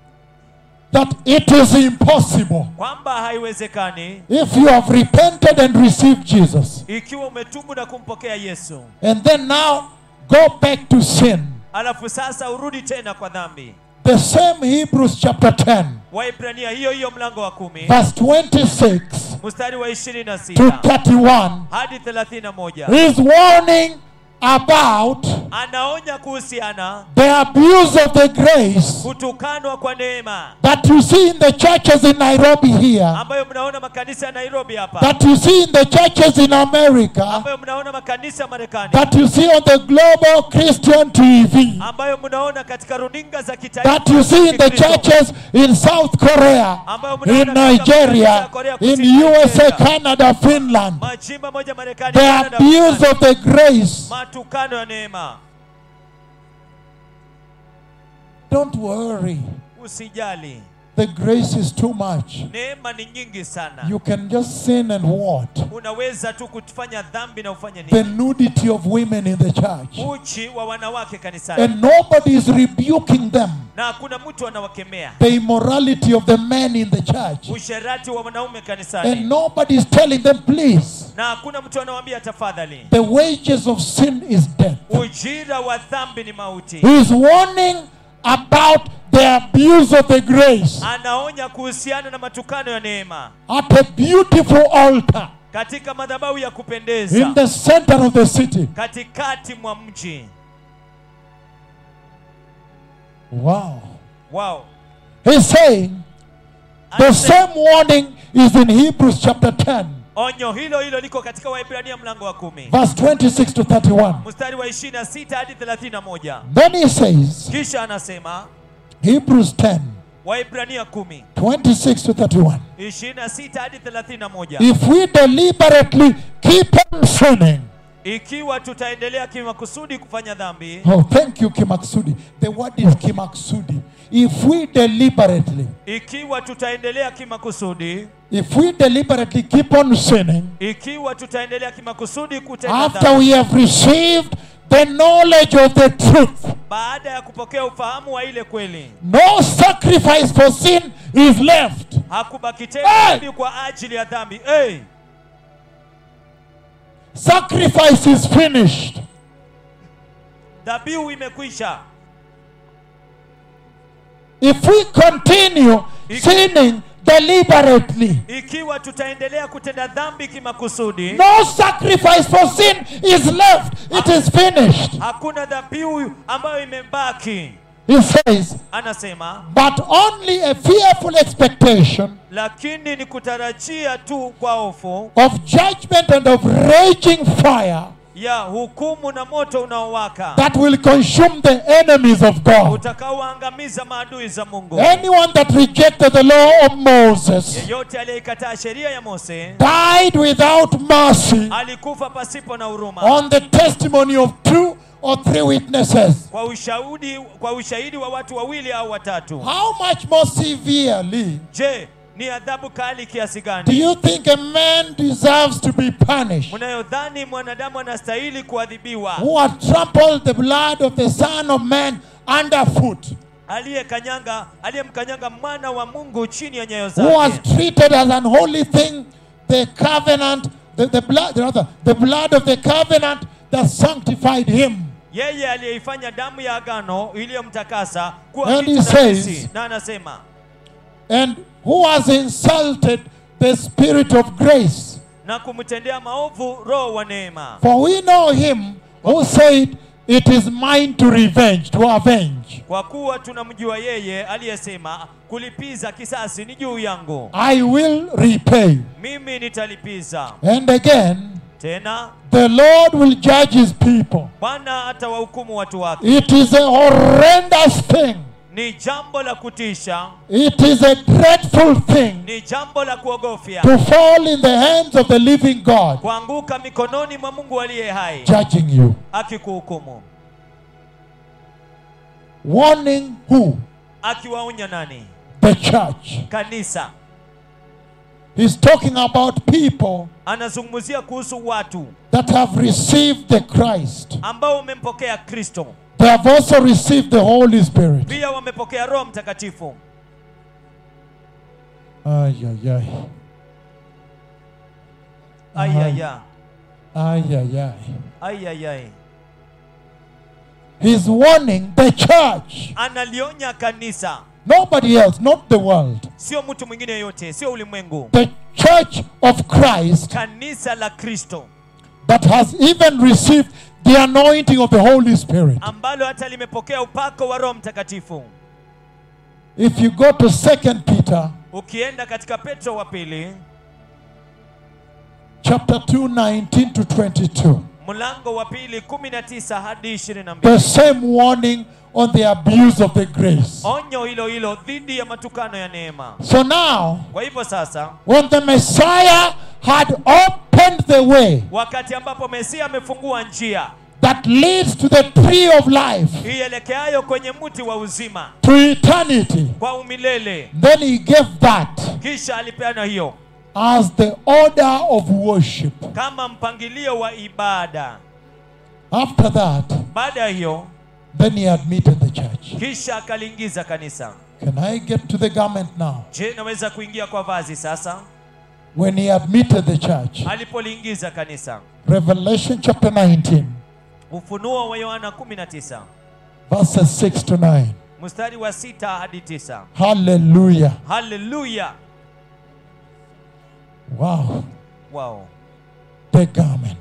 Speaker 1: that it is impossible
Speaker 2: kwamba haiwezekani
Speaker 1: if you have repented and received Jesus
Speaker 2: ikiwa umetubu na kumpokea yesu
Speaker 1: and then now go back to sin.
Speaker 2: alafu sasa urudi tena kwa dhambi
Speaker 1: The same Hebrews chapter 10,
Speaker 2: waibrania hiyo hiyo mlango wa kumi
Speaker 1: verse 26
Speaker 2: mstari wa ishirini na
Speaker 1: to
Speaker 2: sita
Speaker 1: 31
Speaker 2: hadi thelathini na moja
Speaker 1: is warning about
Speaker 2: anaonya kuhusiana
Speaker 1: the abuse of the grace
Speaker 2: kutukanwa kwa neema
Speaker 1: that you see in the churches in Nairobi here,
Speaker 2: ambayo mnaona makanisa ya nairobi hapa
Speaker 1: that you see in the churches in America,
Speaker 2: ambayo mnaona makanisa ya marekani
Speaker 1: that you see on the global Christian TV,
Speaker 2: ambayo mnaona katika runinga za kitaifa
Speaker 1: that you see in the
Speaker 2: Kikristo.
Speaker 1: churches in South Korea, in Nigeria, in USA, Canada, Finland.
Speaker 2: majimbo moja marekani
Speaker 1: The
Speaker 2: Canada,
Speaker 1: abuse
Speaker 2: Marekani.
Speaker 1: of the grace.
Speaker 2: matukano ya neema
Speaker 1: Don't worry,
Speaker 2: usijali
Speaker 1: the grace is too much.
Speaker 2: neema ni nyingi sana
Speaker 1: You can just sin and what?
Speaker 2: unaweza tu kufanya dhambi na ufanye
Speaker 1: The
Speaker 2: nini
Speaker 1: nudity of women in the church.
Speaker 2: uchi wa wanawake kanisani
Speaker 1: And nobody is rebuking them.
Speaker 2: na hakuna mtu anawakemea
Speaker 1: the immorality of the men in the church.
Speaker 2: usherati wa wanaume
Speaker 1: And
Speaker 2: kanisani
Speaker 1: nobody is telling them, please,
Speaker 2: na hakuna mtu anawaambia tafadhali
Speaker 1: the wages of sin is death.
Speaker 2: ujira wa dhambi ni mauti
Speaker 1: He is warning about the abuse of the grace
Speaker 2: anaonya kuhusiana na matukano ya neema
Speaker 1: at a beautiful altar
Speaker 2: katika madhabahu ya
Speaker 1: in
Speaker 2: kupendeza
Speaker 1: the center of the city.
Speaker 2: katikati mwa mji
Speaker 1: Wow.
Speaker 2: wao
Speaker 1: He's saying the
Speaker 2: Anasema,
Speaker 1: same warning is in Hebrews chapter 10,
Speaker 2: onyo hilo hilo liko katika waibrania mlango wa kumi
Speaker 1: verse 26 to 31.
Speaker 2: mstari wa 26 hadi 31
Speaker 1: Then he says,
Speaker 2: kisha anasema
Speaker 1: Hebrews 10,
Speaker 2: waibrania 10
Speaker 1: 26 to 31.
Speaker 2: 26 hadi 31
Speaker 1: If we deliberately keep on sinning,
Speaker 2: ikiwa tutaendelea kimakusudi kufanya dhambi
Speaker 1: Oh, thank you, Kimaksudi. The word is Kimaksudi. If we deliberately,
Speaker 2: ikiwa tutaendelea kimakusudi
Speaker 1: if we deliberately keep on sinning
Speaker 2: ikiwa tutaendelea kimakusudi kutenda
Speaker 1: after
Speaker 2: dhambi
Speaker 1: we have received the knowledge of the truth,
Speaker 2: baada ya kupokea ufahamu wa ile kweli
Speaker 1: no sacrifice for sin is left.
Speaker 2: hakubaki
Speaker 1: Hey!
Speaker 2: tena dhambi kwa ajili ya dhambi hey!
Speaker 1: Sacrifice is finished.
Speaker 2: dhabihu imekwisha
Speaker 1: If we continue sinning deliberately,
Speaker 2: ikiwa tutaendelea kutenda dhambi kimakusudi
Speaker 1: no sacrifice for sin is left. It is finished.
Speaker 2: hakuna dhabihu ambayo imebaki
Speaker 1: He says,
Speaker 2: anasema
Speaker 1: but only a fearful expectation
Speaker 2: lakini ni kutarajia tu kwa hofu
Speaker 1: of judgment and of raging fire
Speaker 2: ya hukumu na moto unaowaka
Speaker 1: that will consume the enemies of God.
Speaker 2: utakaoangamiza maadui za mungu
Speaker 1: Anyone that rejected the law of Moses
Speaker 2: yeyote aliyekataa sheria ya mose
Speaker 1: died without mercy
Speaker 2: alikufa pasipo na huruma
Speaker 1: on the testimony of two or three witnesses.
Speaker 2: kwa ushahidi kwa ushahidi wa watu wawili au watatu
Speaker 1: How much more severely
Speaker 2: je ni adhabu kali kiasi
Speaker 1: do
Speaker 2: gani
Speaker 1: you think a man deserves to be punished
Speaker 2: mnayodhani mwanadamu anastahili kuadhibiwa
Speaker 1: who had trampled the blood of the Son of Man underfoot,
Speaker 2: aliyekanyanga aliyemkanyanga mwana wa mungu chini ya nyayo
Speaker 1: who has
Speaker 2: zake
Speaker 1: treated as an holy thing the covenant, the, the blood, rather, the blood of the covenant that sanctified him.
Speaker 2: yeye aliyeifanya damu ya agano iliyomtakasa kuwa
Speaker 1: And
Speaker 2: kitu
Speaker 1: he says-
Speaker 2: najisi. na anasema
Speaker 1: and who has insulted the Spirit of grace.
Speaker 2: na kumtendea maovu roho wa neema
Speaker 1: For we know him who said, It is mine to revenge, to avenge.
Speaker 2: kwa kuwa tunamjua yeye aliyesema kulipiza kisasi ni juu yangu
Speaker 1: I will repay.
Speaker 2: mimi nitalipiza
Speaker 1: And again,
Speaker 2: tena
Speaker 1: the Lord will judge his people.
Speaker 2: bwana atawahukumu watu wake
Speaker 1: It is a horrendous thing.
Speaker 2: ni jambo la kutisha
Speaker 1: It is a dreadful thing
Speaker 2: ni jambo la kuogofya
Speaker 1: to fall in the hands of the living God
Speaker 2: kuanguka mikononi mwa mungu aliye hai
Speaker 1: judging you.
Speaker 2: akikuhukumu
Speaker 1: Warning who?
Speaker 2: akiwaonya nani
Speaker 1: The church.
Speaker 2: kanisa
Speaker 1: He's talking about people
Speaker 2: anazungumzia kuhusu watu
Speaker 1: that have received the Christ.
Speaker 2: ambao wamempokea kristo
Speaker 1: They have also received the Holy Spirit.
Speaker 2: pia wamepokea roho mtakatifu
Speaker 1: Ay, ay, ay.
Speaker 2: ayaya
Speaker 1: Ay, ay, ay.
Speaker 2: ayayai
Speaker 1: He's warning the church,
Speaker 2: analionya kanisa
Speaker 1: nobody else, not the world.
Speaker 2: sio mtu mwingine yoyote sio ulimwengu
Speaker 1: The church of Christ
Speaker 2: kanisa la kristo
Speaker 1: that has even received the anointing of the Holy Spirit.
Speaker 2: ambalo hata limepokea upako wa roho mtakatifu
Speaker 1: If you go to 2 Peter
Speaker 2: ukienda katika petro wa pili
Speaker 1: chapter 2, 19 to 22,
Speaker 2: mlango wa pili 19 hadi 22
Speaker 1: the same warning on the abuse of the grace.
Speaker 2: onyo hilo hilo dhidi ya matukano ya neema
Speaker 1: So now,
Speaker 2: kwa hivyo sasa
Speaker 1: when the Messiah had opened the way
Speaker 2: wakati ambapo mesia amefungua njia
Speaker 1: that leads to the tree of life,
Speaker 2: ielekeayo kwenye mti wa uzima
Speaker 1: to eternity,
Speaker 2: kwa umilele
Speaker 1: then he gave that
Speaker 2: kisha alipeana hiyo
Speaker 1: as the order of worship.
Speaker 2: kama mpangilio wa ibada
Speaker 1: After that,
Speaker 2: baada ya hiyo
Speaker 1: then he admitted the church.
Speaker 2: kisha akaliingiza kanisa
Speaker 1: Can I get to the garment now?
Speaker 2: je naweza kuingia kwa vazi sasa
Speaker 1: When he admitted the church,
Speaker 2: alipoliingiza kanisa
Speaker 1: Revelation chapter 19,
Speaker 2: ufunuo wa yohana 19
Speaker 1: verses 6 to 9.
Speaker 2: mstari wa 6 hadi 9
Speaker 1: Hallelujah.
Speaker 2: haleluya
Speaker 1: Wow.
Speaker 2: wao
Speaker 1: The garment.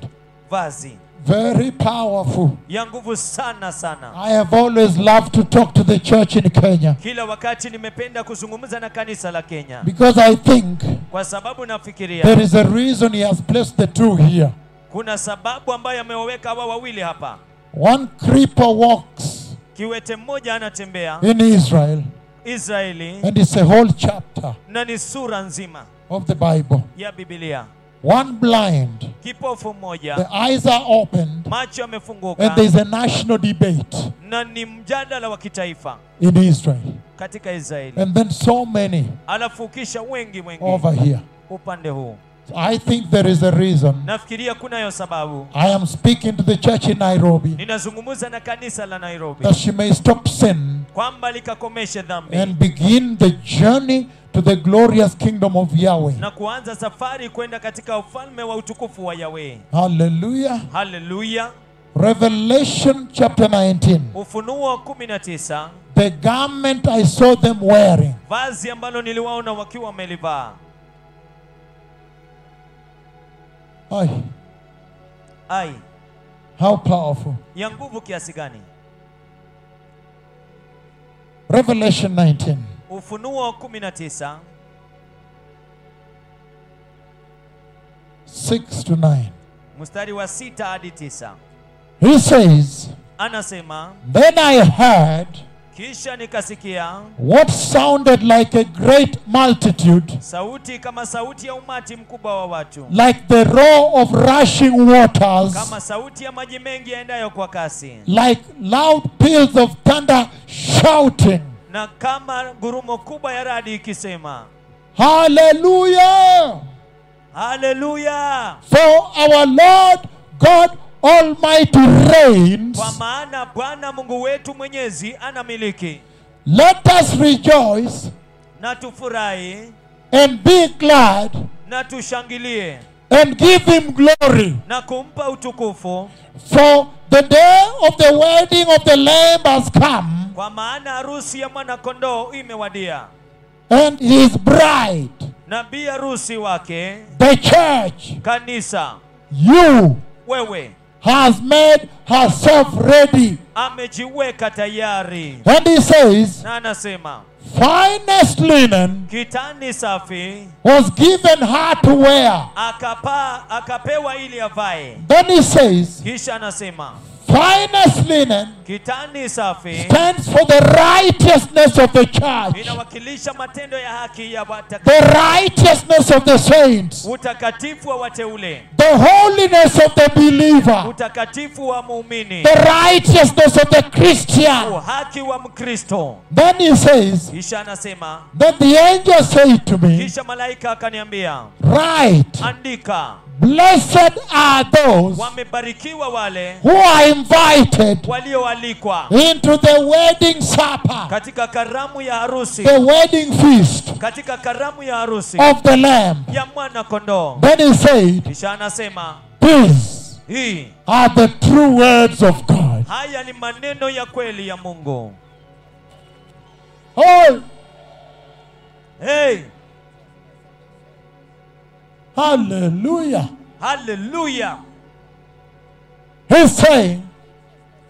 Speaker 2: vazi
Speaker 1: Very powerful.
Speaker 2: ya nguvu sana sana
Speaker 1: I have always loved to talk to the church in Kenya
Speaker 2: kila wakati nimependa kuzungumza na kanisa la kenya
Speaker 1: because I think
Speaker 2: kwa sababu nafikiria
Speaker 1: there is a reason he has placed the two here.
Speaker 2: kuna sababu ambayo amewaweka hawa wawili hapa
Speaker 1: One creeper walks
Speaker 2: kiwete mmoja anatembea
Speaker 1: in Israel,
Speaker 2: israeli
Speaker 1: and it's a whole chapter
Speaker 2: na ni sura nzima
Speaker 1: of the Bible.
Speaker 2: ya bibilia
Speaker 1: One blind,
Speaker 2: kipofu mmoja
Speaker 1: the eyes are opened,
Speaker 2: macho
Speaker 1: and
Speaker 2: yamefunguka
Speaker 1: there's a national debate
Speaker 2: na ni mjadala wa kitaifa
Speaker 1: in Israel.
Speaker 2: katika israeli
Speaker 1: And then so many
Speaker 2: alafu kisha wengi wengi
Speaker 1: over here.
Speaker 2: upande huu
Speaker 1: So I think there is a reason.
Speaker 2: nafikiria kunayo sababu
Speaker 1: I am speaking to the church in Nairobi
Speaker 2: ninazungumza na kanisa la nairobi
Speaker 1: that she may stop sin
Speaker 2: kwamba likakomeshe dhambi
Speaker 1: and begin the journey to the glorious kingdom of Yahweh.
Speaker 2: na kuanza safari kwenda katika ufalme wa utukufu wa yahweh
Speaker 1: Hallelujah.
Speaker 2: haleluya
Speaker 1: Revelation chapter 19.
Speaker 2: ufunuo 19
Speaker 1: The garment I saw them wearing,
Speaker 2: vazi ambalo niliwaona wakiwa wamelivaa
Speaker 1: ay,
Speaker 2: ai
Speaker 1: how powerful.
Speaker 2: ya nguvu kiasi gani
Speaker 1: Revelation 19.
Speaker 2: ufunuo 19
Speaker 1: 6 to 9.
Speaker 2: mstari wa 6 hadi 9
Speaker 1: He says,
Speaker 2: anasema
Speaker 1: Then I heard
Speaker 2: kisha nikasikia
Speaker 1: what sounded like a great multitude,
Speaker 2: sauti kama sauti ya umati mkubwa wa watu
Speaker 1: like the roar of rushing waters,
Speaker 2: kama sauti ya maji mengi yaendayo kwa kasi
Speaker 1: like loud peals of thunder shouting,
Speaker 2: na kama gurumo kubwa ya radi ikisema
Speaker 1: Hallelujah!
Speaker 2: haleluya
Speaker 1: For our Lord God Almighty reigns.
Speaker 2: kwa maana bwana mungu wetu mwenyezi anamiliki
Speaker 1: Let us rejoice
Speaker 2: na tufurahi
Speaker 1: and be glad
Speaker 2: na tushangilie
Speaker 1: and give him glory.
Speaker 2: na kumpa utukufu
Speaker 1: For the day of the wedding of the Lamb has come,
Speaker 2: kwa maana harusi ya mwanakondoo imewadia
Speaker 1: and his bride,
Speaker 2: na bi harusi wake
Speaker 1: the church,
Speaker 2: kanisa
Speaker 1: you,
Speaker 2: wewe
Speaker 1: has made herself ready.
Speaker 2: amejiweka tayari
Speaker 1: And he says,
Speaker 2: na anasema
Speaker 1: finest linen
Speaker 2: kitani safi
Speaker 1: was given her to wear.
Speaker 2: akapaa akapewa ili avae
Speaker 1: Then he says,
Speaker 2: kisha anasema
Speaker 1: Finest linen
Speaker 2: Kitani safi
Speaker 1: stands for the righteousness of the church,
Speaker 2: inawakilisha matendo ya haki ya wataka-
Speaker 1: the righteousness of the saints,
Speaker 2: utakatifu wa wateule,
Speaker 1: the holiness of the believer,
Speaker 2: utakatifu wa muumini,
Speaker 1: the righteousness of the Christian.
Speaker 2: haki wa Mkristo.
Speaker 1: Then he says,
Speaker 2: Kisha anasema,
Speaker 1: Then the angel said to me,
Speaker 2: kisha malaika akaniambia,
Speaker 1: Write,
Speaker 2: andika,
Speaker 1: blessed are those
Speaker 2: wamebarikiwa wale
Speaker 1: who are invited
Speaker 2: walioalikwa
Speaker 1: into the wedding supper,
Speaker 2: katika karamu ya harusi,
Speaker 1: the wedding feast
Speaker 2: katika karamu ya harusi
Speaker 1: of the Lamb.
Speaker 2: ya mwana kondoo.
Speaker 1: Then he said,
Speaker 2: Kisha anasema
Speaker 1: These
Speaker 2: hii,
Speaker 1: are the true words of God.
Speaker 2: haya ni maneno ya kweli ya Mungu.
Speaker 1: Oh,
Speaker 2: Hey,
Speaker 1: hallelujah.
Speaker 2: haleluya!
Speaker 1: He's saying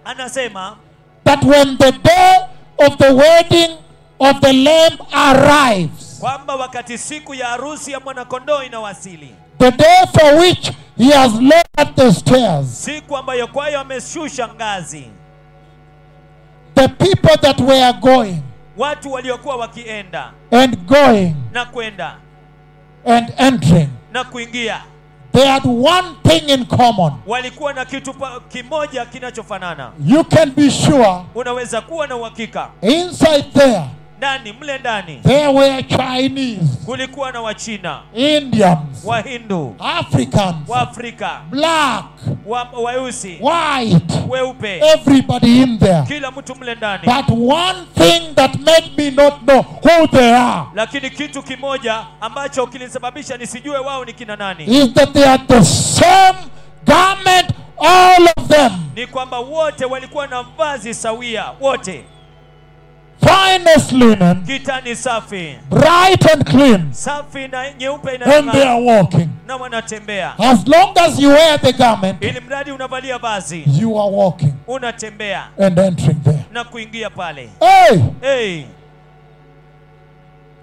Speaker 2: Anasema
Speaker 1: that when the day of the wedding of the Lamb arrives,
Speaker 2: kwamba wakati siku ya harusi ya mwanakondoo inawasili,
Speaker 1: the day for which he has lowered the stairs,
Speaker 2: siku ambayo kwayo ameshusha ngazi,
Speaker 1: the people that were going
Speaker 2: watu waliokuwa wakienda
Speaker 1: and going
Speaker 2: na kwenda
Speaker 1: and entering,
Speaker 2: na kuingia
Speaker 1: they had one thing in common.
Speaker 2: walikuwa na kitu pa- kimoja kinachofanana.
Speaker 1: You can be sure
Speaker 2: Unaweza kuwa na uhakika
Speaker 1: inside there,
Speaker 2: ndani mle ndani
Speaker 1: there were Chinese,
Speaker 2: kulikuwa na Wachina,
Speaker 1: Indians,
Speaker 2: Wahindu,
Speaker 1: Africans,
Speaker 2: Waafrika,
Speaker 1: black,
Speaker 2: wa- weusi,
Speaker 1: white,
Speaker 2: weupe,
Speaker 1: everybody in there.
Speaker 2: kila mtu mle ndani.
Speaker 1: But one thing that made me not know who they are
Speaker 2: Lakini kitu kimoja ambacho kilisababisha nisijue wao ni kina nani
Speaker 1: is that they had the same garment, all of them.
Speaker 2: ni kwamba wote walikuwa na vazi sawia, wote
Speaker 1: Finest linen,
Speaker 2: kitani safi
Speaker 1: bright and clean,
Speaker 2: safi na nyeupe
Speaker 1: and they
Speaker 2: inayong'aa,
Speaker 1: are walking.
Speaker 2: na wanatembea.
Speaker 1: As long as you wear the garment,
Speaker 2: Ili mradi unavalia vazi,
Speaker 1: you are walking
Speaker 2: unatembea
Speaker 1: and entering there.
Speaker 2: na kuingia pale.
Speaker 1: Hey,
Speaker 2: Hey,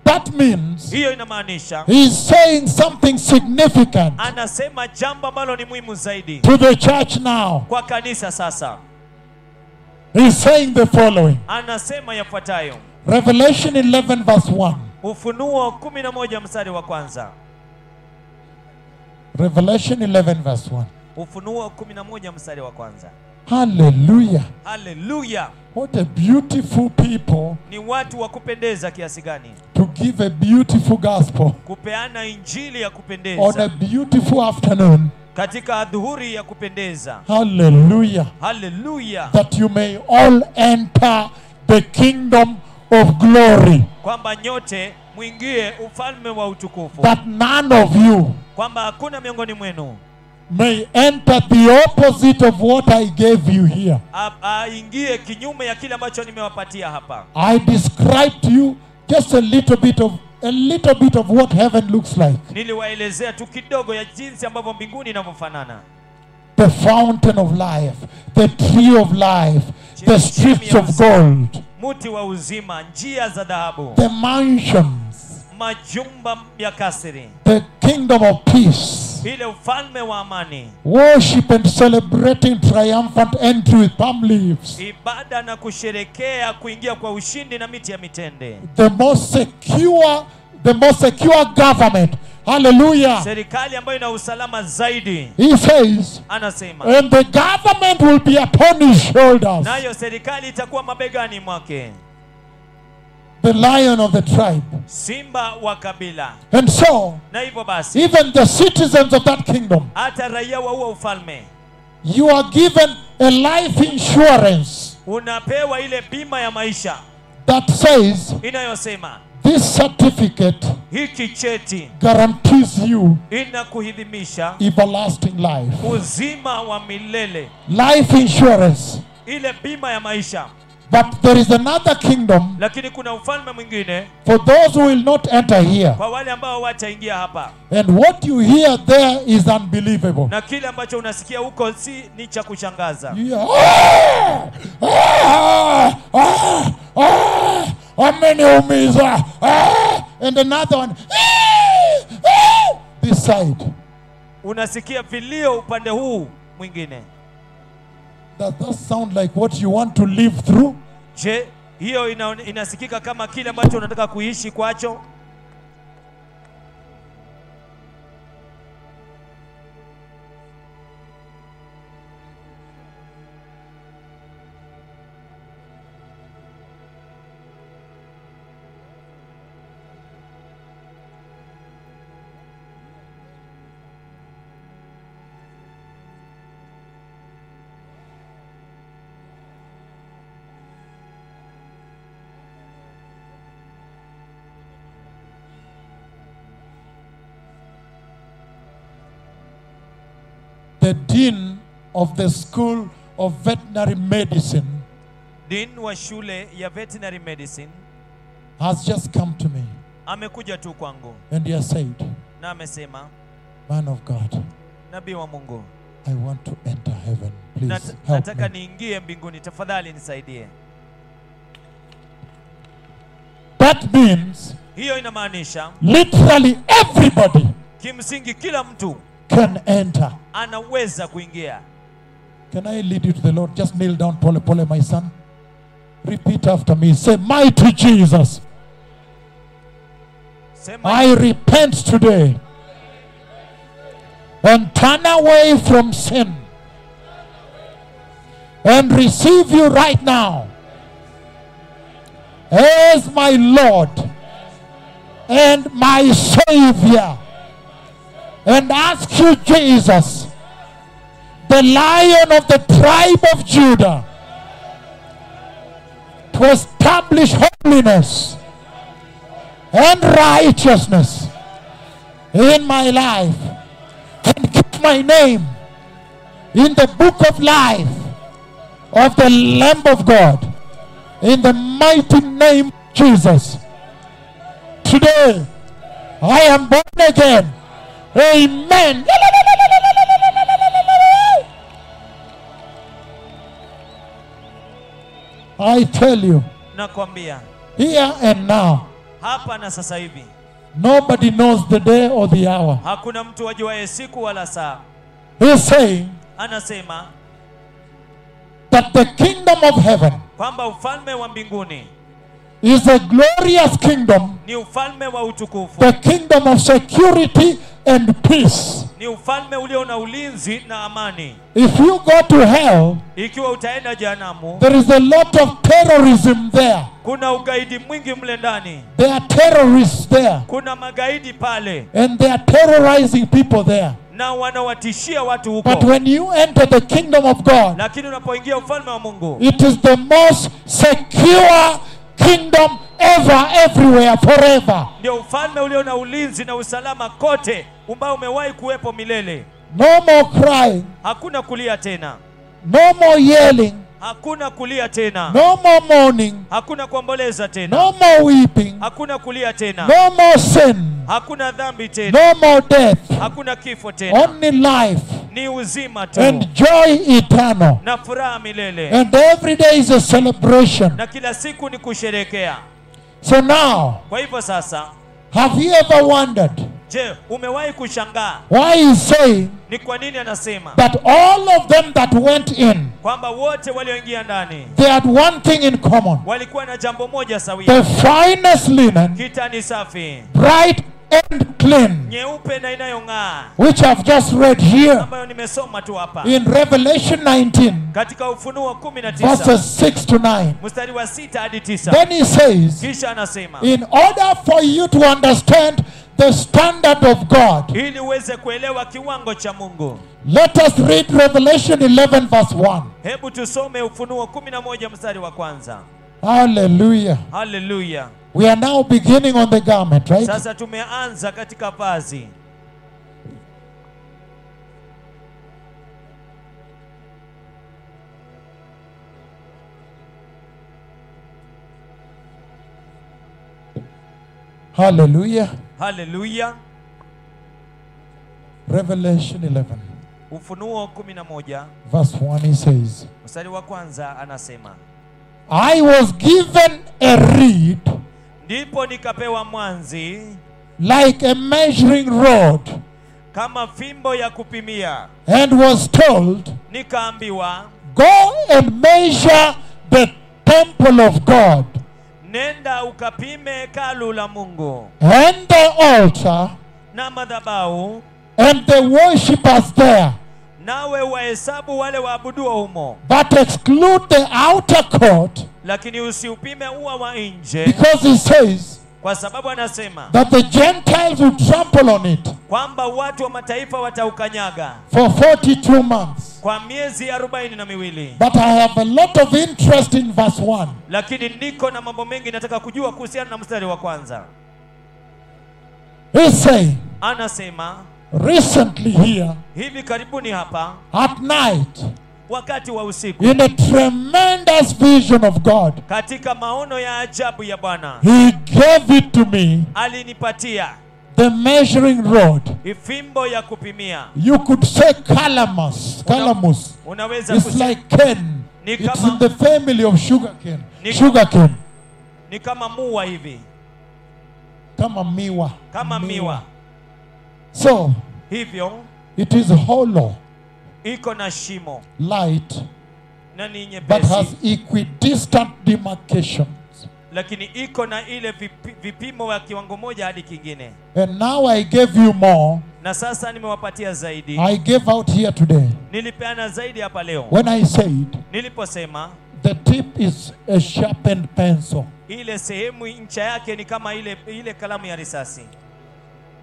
Speaker 1: that means
Speaker 2: hiyo inamaanisha
Speaker 1: he's saying something significant
Speaker 2: anasema jambo ambalo ni muhimu zaidi
Speaker 1: to the church now.
Speaker 2: kwa kanisa sasa.
Speaker 1: He's saying the following
Speaker 2: Anasema yafuatayo,
Speaker 1: Revelation 11, verse 1.
Speaker 2: Ufunuo 11 mstari wa kwanza.
Speaker 1: Revelation 11, verse 1.
Speaker 2: Ufunuo 11 mstari wa kwanza.
Speaker 1: Hallelujah.
Speaker 2: Haleluya!
Speaker 1: What a beautiful people
Speaker 2: Ni watu wa kupendeza kiasi gani,
Speaker 1: to give a beautiful gospel
Speaker 2: kupeana injili ya
Speaker 1: on a
Speaker 2: kupendeza
Speaker 1: beautiful afternoon.
Speaker 2: katika adhuhuri ya kupendeza.
Speaker 1: Hallelujah.
Speaker 2: Haleluya!
Speaker 1: That you may all enter the kingdom of glory.
Speaker 2: Kwamba nyote mwingie ufalme wa utukufu,
Speaker 1: That none of you
Speaker 2: kwamba hakuna miongoni mwenu
Speaker 1: may enter the opposite of what I gave you here.
Speaker 2: a- aingie kinyume ya kile ambacho nimewapatia hapa.
Speaker 1: I described to you just a little bit of a little bit of what heaven looks like.
Speaker 2: Niliwaelezea tu kidogo ya jinsi ambavyo mbinguni inavyofanana,
Speaker 1: The fountain of life, the tree of life, the streets of gold,
Speaker 2: muti wa uzima, njia za dhahabu,
Speaker 1: the mansions,
Speaker 2: majumba ya kasri,
Speaker 1: the kingdom of peace.
Speaker 2: ile ufalme wa amani,
Speaker 1: Worship and celebrating triumphant entry with palm leaves.
Speaker 2: ibada na kusherekea kuingia kwa ushindi na miti ya mitende,
Speaker 1: The most secure, the most secure government. Hallelujah.
Speaker 2: serikali ambayo ina usalama zaidi.
Speaker 1: He says,
Speaker 2: Anasema
Speaker 1: and the government will be upon his shoulders.
Speaker 2: nayo serikali itakuwa mabegani mwake,
Speaker 1: the lion of the tribe.
Speaker 2: simba wa kabila.
Speaker 1: And so,
Speaker 2: Na hivyo basi,
Speaker 1: even the citizens of that kingdom,
Speaker 2: hata raia wa huo ufalme
Speaker 1: you are given a life insurance
Speaker 2: unapewa ile bima ya maisha
Speaker 1: that says
Speaker 2: inayosema
Speaker 1: this certificate
Speaker 2: hiki cheti
Speaker 1: guarantees you
Speaker 2: inakuhidhimisha
Speaker 1: everlasting life.
Speaker 2: uzima wa milele,
Speaker 1: Life insurance.
Speaker 2: ile bima ya maisha.
Speaker 1: But there is another kingdom
Speaker 2: Lakini kuna ufalme mwingine
Speaker 1: for those who will not enter here.
Speaker 2: kwa wale ambao wataingia hapa,
Speaker 1: And what you hear there is unbelievable.
Speaker 2: na kile ambacho unasikia huko si ni cha kushangaza.
Speaker 1: You hear, "Ah! Ah! Ah! Ah! wameniumiza Ah!" and another one "Ah! Ah!" this side
Speaker 2: Unasikia vilio upande huu mwingine,
Speaker 1: Does that sound like what you want to live through?
Speaker 2: je hiyo ina, inasikika kama kile ambacho unataka kuishi kwacho
Speaker 1: The dean of the School of Veterinary Medicine
Speaker 2: din wa shule ya veterinary medicine
Speaker 1: has just come to me
Speaker 2: amekuja tu kwangu
Speaker 1: and he has said,
Speaker 2: na amesema
Speaker 1: Man of God,
Speaker 2: nabii wa mungu
Speaker 1: I want to enter heaven. Please
Speaker 2: nat-
Speaker 1: help me.
Speaker 2: nataka niingie mbinguni tafadhali nisaidie
Speaker 1: That means
Speaker 2: hiyo inamaanisha
Speaker 1: literally everybody
Speaker 2: kimsingi kila mtu
Speaker 1: can enter.
Speaker 2: anaweza kuingia
Speaker 1: Can I lead you to the Lord? Just kneel down, Pole Pole, my son. Repeat after me. Say, Mighty Jesus,
Speaker 2: sema
Speaker 1: I repent today and turn away from sin and receive you right now as my Lord and my Savior. And ask you, Jesus, the Lion of the tribe of Judah, to establish holiness and righteousness in my life and keep my name in the book of life of the Lamb of God in the mighty name of Jesus. Today I am born again. Amen. I tell you,
Speaker 2: nakwambia
Speaker 1: here and now,
Speaker 2: hapa na sasa hivi
Speaker 1: Nobody knows the day or the hour.
Speaker 2: hakuna mtu ajuaye siku wala saa
Speaker 1: He's saying
Speaker 2: anasema
Speaker 1: that the kingdom of heaven
Speaker 2: kwamba ufalme wa mbinguni
Speaker 1: is a glorious kingdom,
Speaker 2: ni ufalme wa utukufu
Speaker 1: the kingdom of security and peace.
Speaker 2: ni ufalme ulio na ulinzi na amani
Speaker 1: If you go to hell,
Speaker 2: ikiwa utaenda jehanamu
Speaker 1: there is a lot of terrorism there.
Speaker 2: kuna ugaidi mwingi mle ndani
Speaker 1: There are terrorists there,
Speaker 2: kuna magaidi pale
Speaker 1: and they are terrorizing people there.
Speaker 2: na wanawatishia watu
Speaker 1: But
Speaker 2: huko
Speaker 1: when you enter the kingdom of God,
Speaker 2: lakini unapoingia ufalme wa mungu
Speaker 1: it is the most secure kingdom ever, everywhere, forever.
Speaker 2: ndio ufalme ulio na ulinzi na usalama kote ambao umewahi kuwepo milele
Speaker 1: No more crying,
Speaker 2: hakuna kulia tena
Speaker 1: no more yelling,
Speaker 2: hakuna kulia tena
Speaker 1: No more mourning.
Speaker 2: hakuna kuomboleza tena
Speaker 1: No more weeping.
Speaker 2: hakuna kulia tena
Speaker 1: No more sin.
Speaker 2: hakuna dhambi tena
Speaker 1: No more death.
Speaker 2: hakuna kifo tena
Speaker 1: Only life
Speaker 2: ni uzima tu
Speaker 1: and joy eternal.
Speaker 2: na furaha milele
Speaker 1: And every day is a celebration.
Speaker 2: na kila siku ni kusherekea
Speaker 1: So now,
Speaker 2: kwa hivyo sasa
Speaker 1: have you ever wondered
Speaker 2: je umewahi kushangaa
Speaker 1: why he's saying
Speaker 2: ni kwa nini anasema
Speaker 1: that all of them that went in,
Speaker 2: kwamba wote walioingia ndani
Speaker 1: they had one thing in common
Speaker 2: walikuwa na jambo moja sawia
Speaker 1: the finest linen,
Speaker 2: kitani safi
Speaker 1: bright and clean,
Speaker 2: nyeupe na inayong'aa
Speaker 1: which I've just read here
Speaker 2: ambayo nimesoma tu hapa
Speaker 1: in Revelation 19,
Speaker 2: katika ufunuo 19
Speaker 1: verses 6 to 9.
Speaker 2: mstari wa 6 hadi 9
Speaker 1: Then he says,
Speaker 2: kisha anasema
Speaker 1: in order for you to understand the standard of God,
Speaker 2: ili uweze kuelewa kiwango cha mungu
Speaker 1: let us read Revelation 11, verse 1.
Speaker 2: hebu tusome ufunuo 11 mstari wa kwanza
Speaker 1: Hallelujah.
Speaker 2: haleluya
Speaker 1: We are now beginning on the garment, right?
Speaker 2: sasa tumeanza katika vazi
Speaker 1: Hallelujah.
Speaker 2: haleluya
Speaker 1: Revelation 11,
Speaker 2: ufunuo 11
Speaker 1: verse 1, he says,
Speaker 2: mstari wa kwanza anasema
Speaker 1: I was given a reed
Speaker 2: ndipo nikapewa mwanzi
Speaker 1: like a measuring rod
Speaker 2: kama fimbo ya kupimia
Speaker 1: and was told,
Speaker 2: nikaambiwa
Speaker 1: Go and measure the temple of God
Speaker 2: nenda ukapime hekalu la mungu
Speaker 1: and the altar
Speaker 2: na madhabahu
Speaker 1: and the worshippers there,
Speaker 2: nawe wahesabu wale waabuduwa humo
Speaker 1: but exclude the outer court
Speaker 2: lakini usiupime ua wa nje
Speaker 1: because he says
Speaker 2: kwa sababu anasema
Speaker 1: that the Gentiles will trample on it
Speaker 2: kwamba watu wa mataifa wataukanyaga
Speaker 1: for 42 months.
Speaker 2: kwa miezi arobaini na miwili
Speaker 1: But I have a lot of interest in verse 1.
Speaker 2: lakini niko na mambo mengi nataka kujua kuhusiana na mstari wa kwanza
Speaker 1: He's saying,
Speaker 2: anasema
Speaker 1: recently here
Speaker 2: hivi karibuni hapa
Speaker 1: at night,
Speaker 2: wakati wa usiku
Speaker 1: in a tremendous vision of God,
Speaker 2: katika maono ya ajabu ya bwana
Speaker 1: He gave it to me
Speaker 2: alinipatia
Speaker 1: the measuring rod.
Speaker 2: ifimbo ya kupimia
Speaker 1: You could say calamus. Calamus.
Speaker 2: unaweza
Speaker 1: It's
Speaker 2: kuse-
Speaker 1: like cane.
Speaker 2: Ni
Speaker 1: It's
Speaker 2: kama-
Speaker 1: in the family of sugar cane.
Speaker 2: Ni-
Speaker 1: Sugar cane.
Speaker 2: ni kama mua hivi
Speaker 1: Kama miwa.
Speaker 2: kama miwa
Speaker 1: So
Speaker 2: hivyo
Speaker 1: it is hollow,
Speaker 2: iko na shimo
Speaker 1: light,
Speaker 2: na ni
Speaker 1: but has
Speaker 2: nyepesi
Speaker 1: equidistant demarcations.
Speaker 2: lakini iko na ile vipi- vipimo wa kiwango moja hadi kingine
Speaker 1: And now I gave you more.
Speaker 2: na sasa nimewapatia zaidi
Speaker 1: I gave out here today
Speaker 2: nilipeana zaidi hapa leo
Speaker 1: when I said
Speaker 2: niliposema
Speaker 1: the tip is a sharpened pencil.
Speaker 2: ile sehemu ncha yake ni kama ile ile kalamu ya risasi